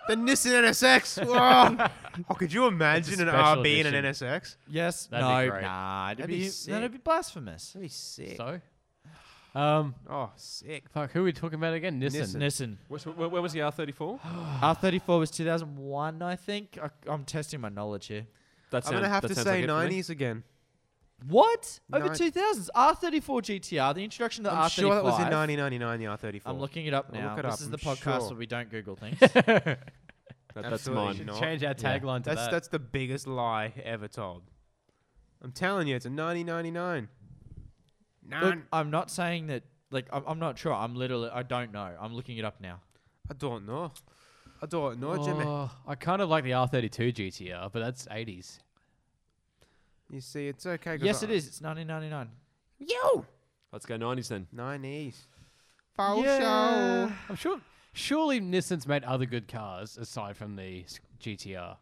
E: The Nissan NSX. Whoa. oh, could you imagine an
A: special
E: RB and an
A: edition.
E: NSX?
C: Yes.
A: That'd be
C: no.
A: great.
C: Nah. It'd
E: That'd
C: be,
E: be
C: that'd
E: sick.
C: be blasphemous.
E: That'd be sick.
A: so, um,
E: oh, sick.
A: fuck. Who are we talking about again? Nissan.
C: Nissan.
D: What's- wh- When was the R34?
C: R34 was 2001, I think. I, I'm testing my knowledge here.
D: That's
E: I'm gonna have to say 90s again.
C: What? Over
E: Nine-
C: 2000s. R34 GTR, the introduction to the
E: I'm
C: R35.
E: sure that was in 1999, the R34.
C: I'm looking it up
E: I'll
C: now.
E: look it
C: this
E: up,
C: is the
E: I'm
C: podcast
E: sure.
C: where we don't Google things.
D: That, that's
E: Absolutely.
D: mine.
E: not.
A: Change our tagline to
E: That's
A: that.
E: that's the biggest lie ever told. I'm telling you, it's a 1999.
C: Look,
E: Nine.
C: I'm not saying that, like, I'm, I'm not sure. I'm literally, I don't know. I'm looking it up now.
E: I don't know. I don't know, Jimmy.
A: Oh, I kind of like the R32 GTR, but that's 80s.
E: You see, it's okay. 'cause
C: Yes,
E: I-
C: it is. It's 1999.
E: Yo.
D: Let's go 90s then.
E: 90s. Falsho.
A: I'm sure. Surely Nissan's made other good cars aside from the s- GTR.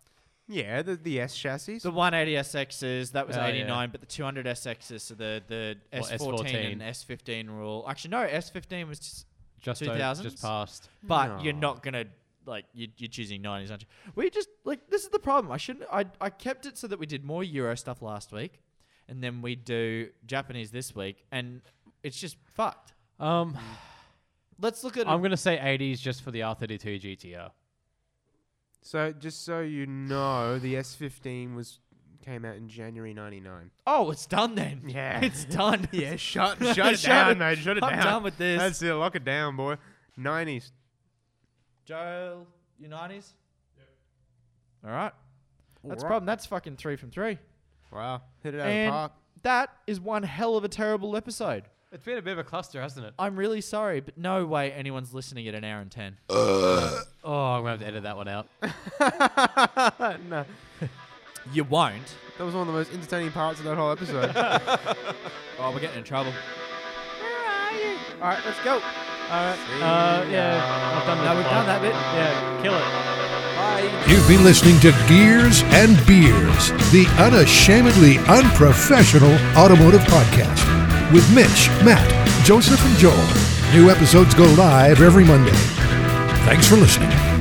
E: Yeah, the, the S chassis.
C: The 180SXs, that was
A: Oh, yeah.
C: 89, but the 200SXs, so the, the
A: Well,
C: S14, and S15 were all. Actually, no, S15 was just
A: Just o-
C: 2000s?
A: just passed.
C: but you're
E: No.
C: not gonna like you, you're choosing 90s aren't you we just like this is the problem i shouldn't I, I kept it so that we did more euro stuff last week and then we do japanese this week and it's just fucked
A: Um,
C: let's look at
A: I'm gonna say 80s just for the R32 GTR.
E: so just so you know, the S15 was came out in January 99.
C: oh it's done then
E: Yeah.
C: it's done
E: Yeah, shut shut
C: Shut
E: it down,
C: it-
E: mate. Shut it
C: I'm
E: down.
C: done with this.
E: That's it. Lock it down, boy. 90s.
C: joel you 90s all right that's a
E: Alright.
C: problem that's fucking three from three
E: Wow. Hit it out of the
C: and
E: park.
C: that is one hell of a terrible episode
A: It's been a bit of a cluster, hasn't it?
C: i'm really sorry but no way anyone's listening at an hour and 10
A: Oh, I'm gonna have to edit that one out.
E: no,
C: you won't
E: that was one of the most entertaining parts of that whole episode.
C: oh we're getting in trouble
E: All right, let's go.
A: Uh, yeah, I've done that.
C: No, we've done that bit.
A: Yeah, kill it.
B: You've been listening to Gears and Beers, the unashamedly unprofessional automotive podcast with Mitch, Matt, Joseph, and Joel. New episodes go live every Monday. Thanks for listening.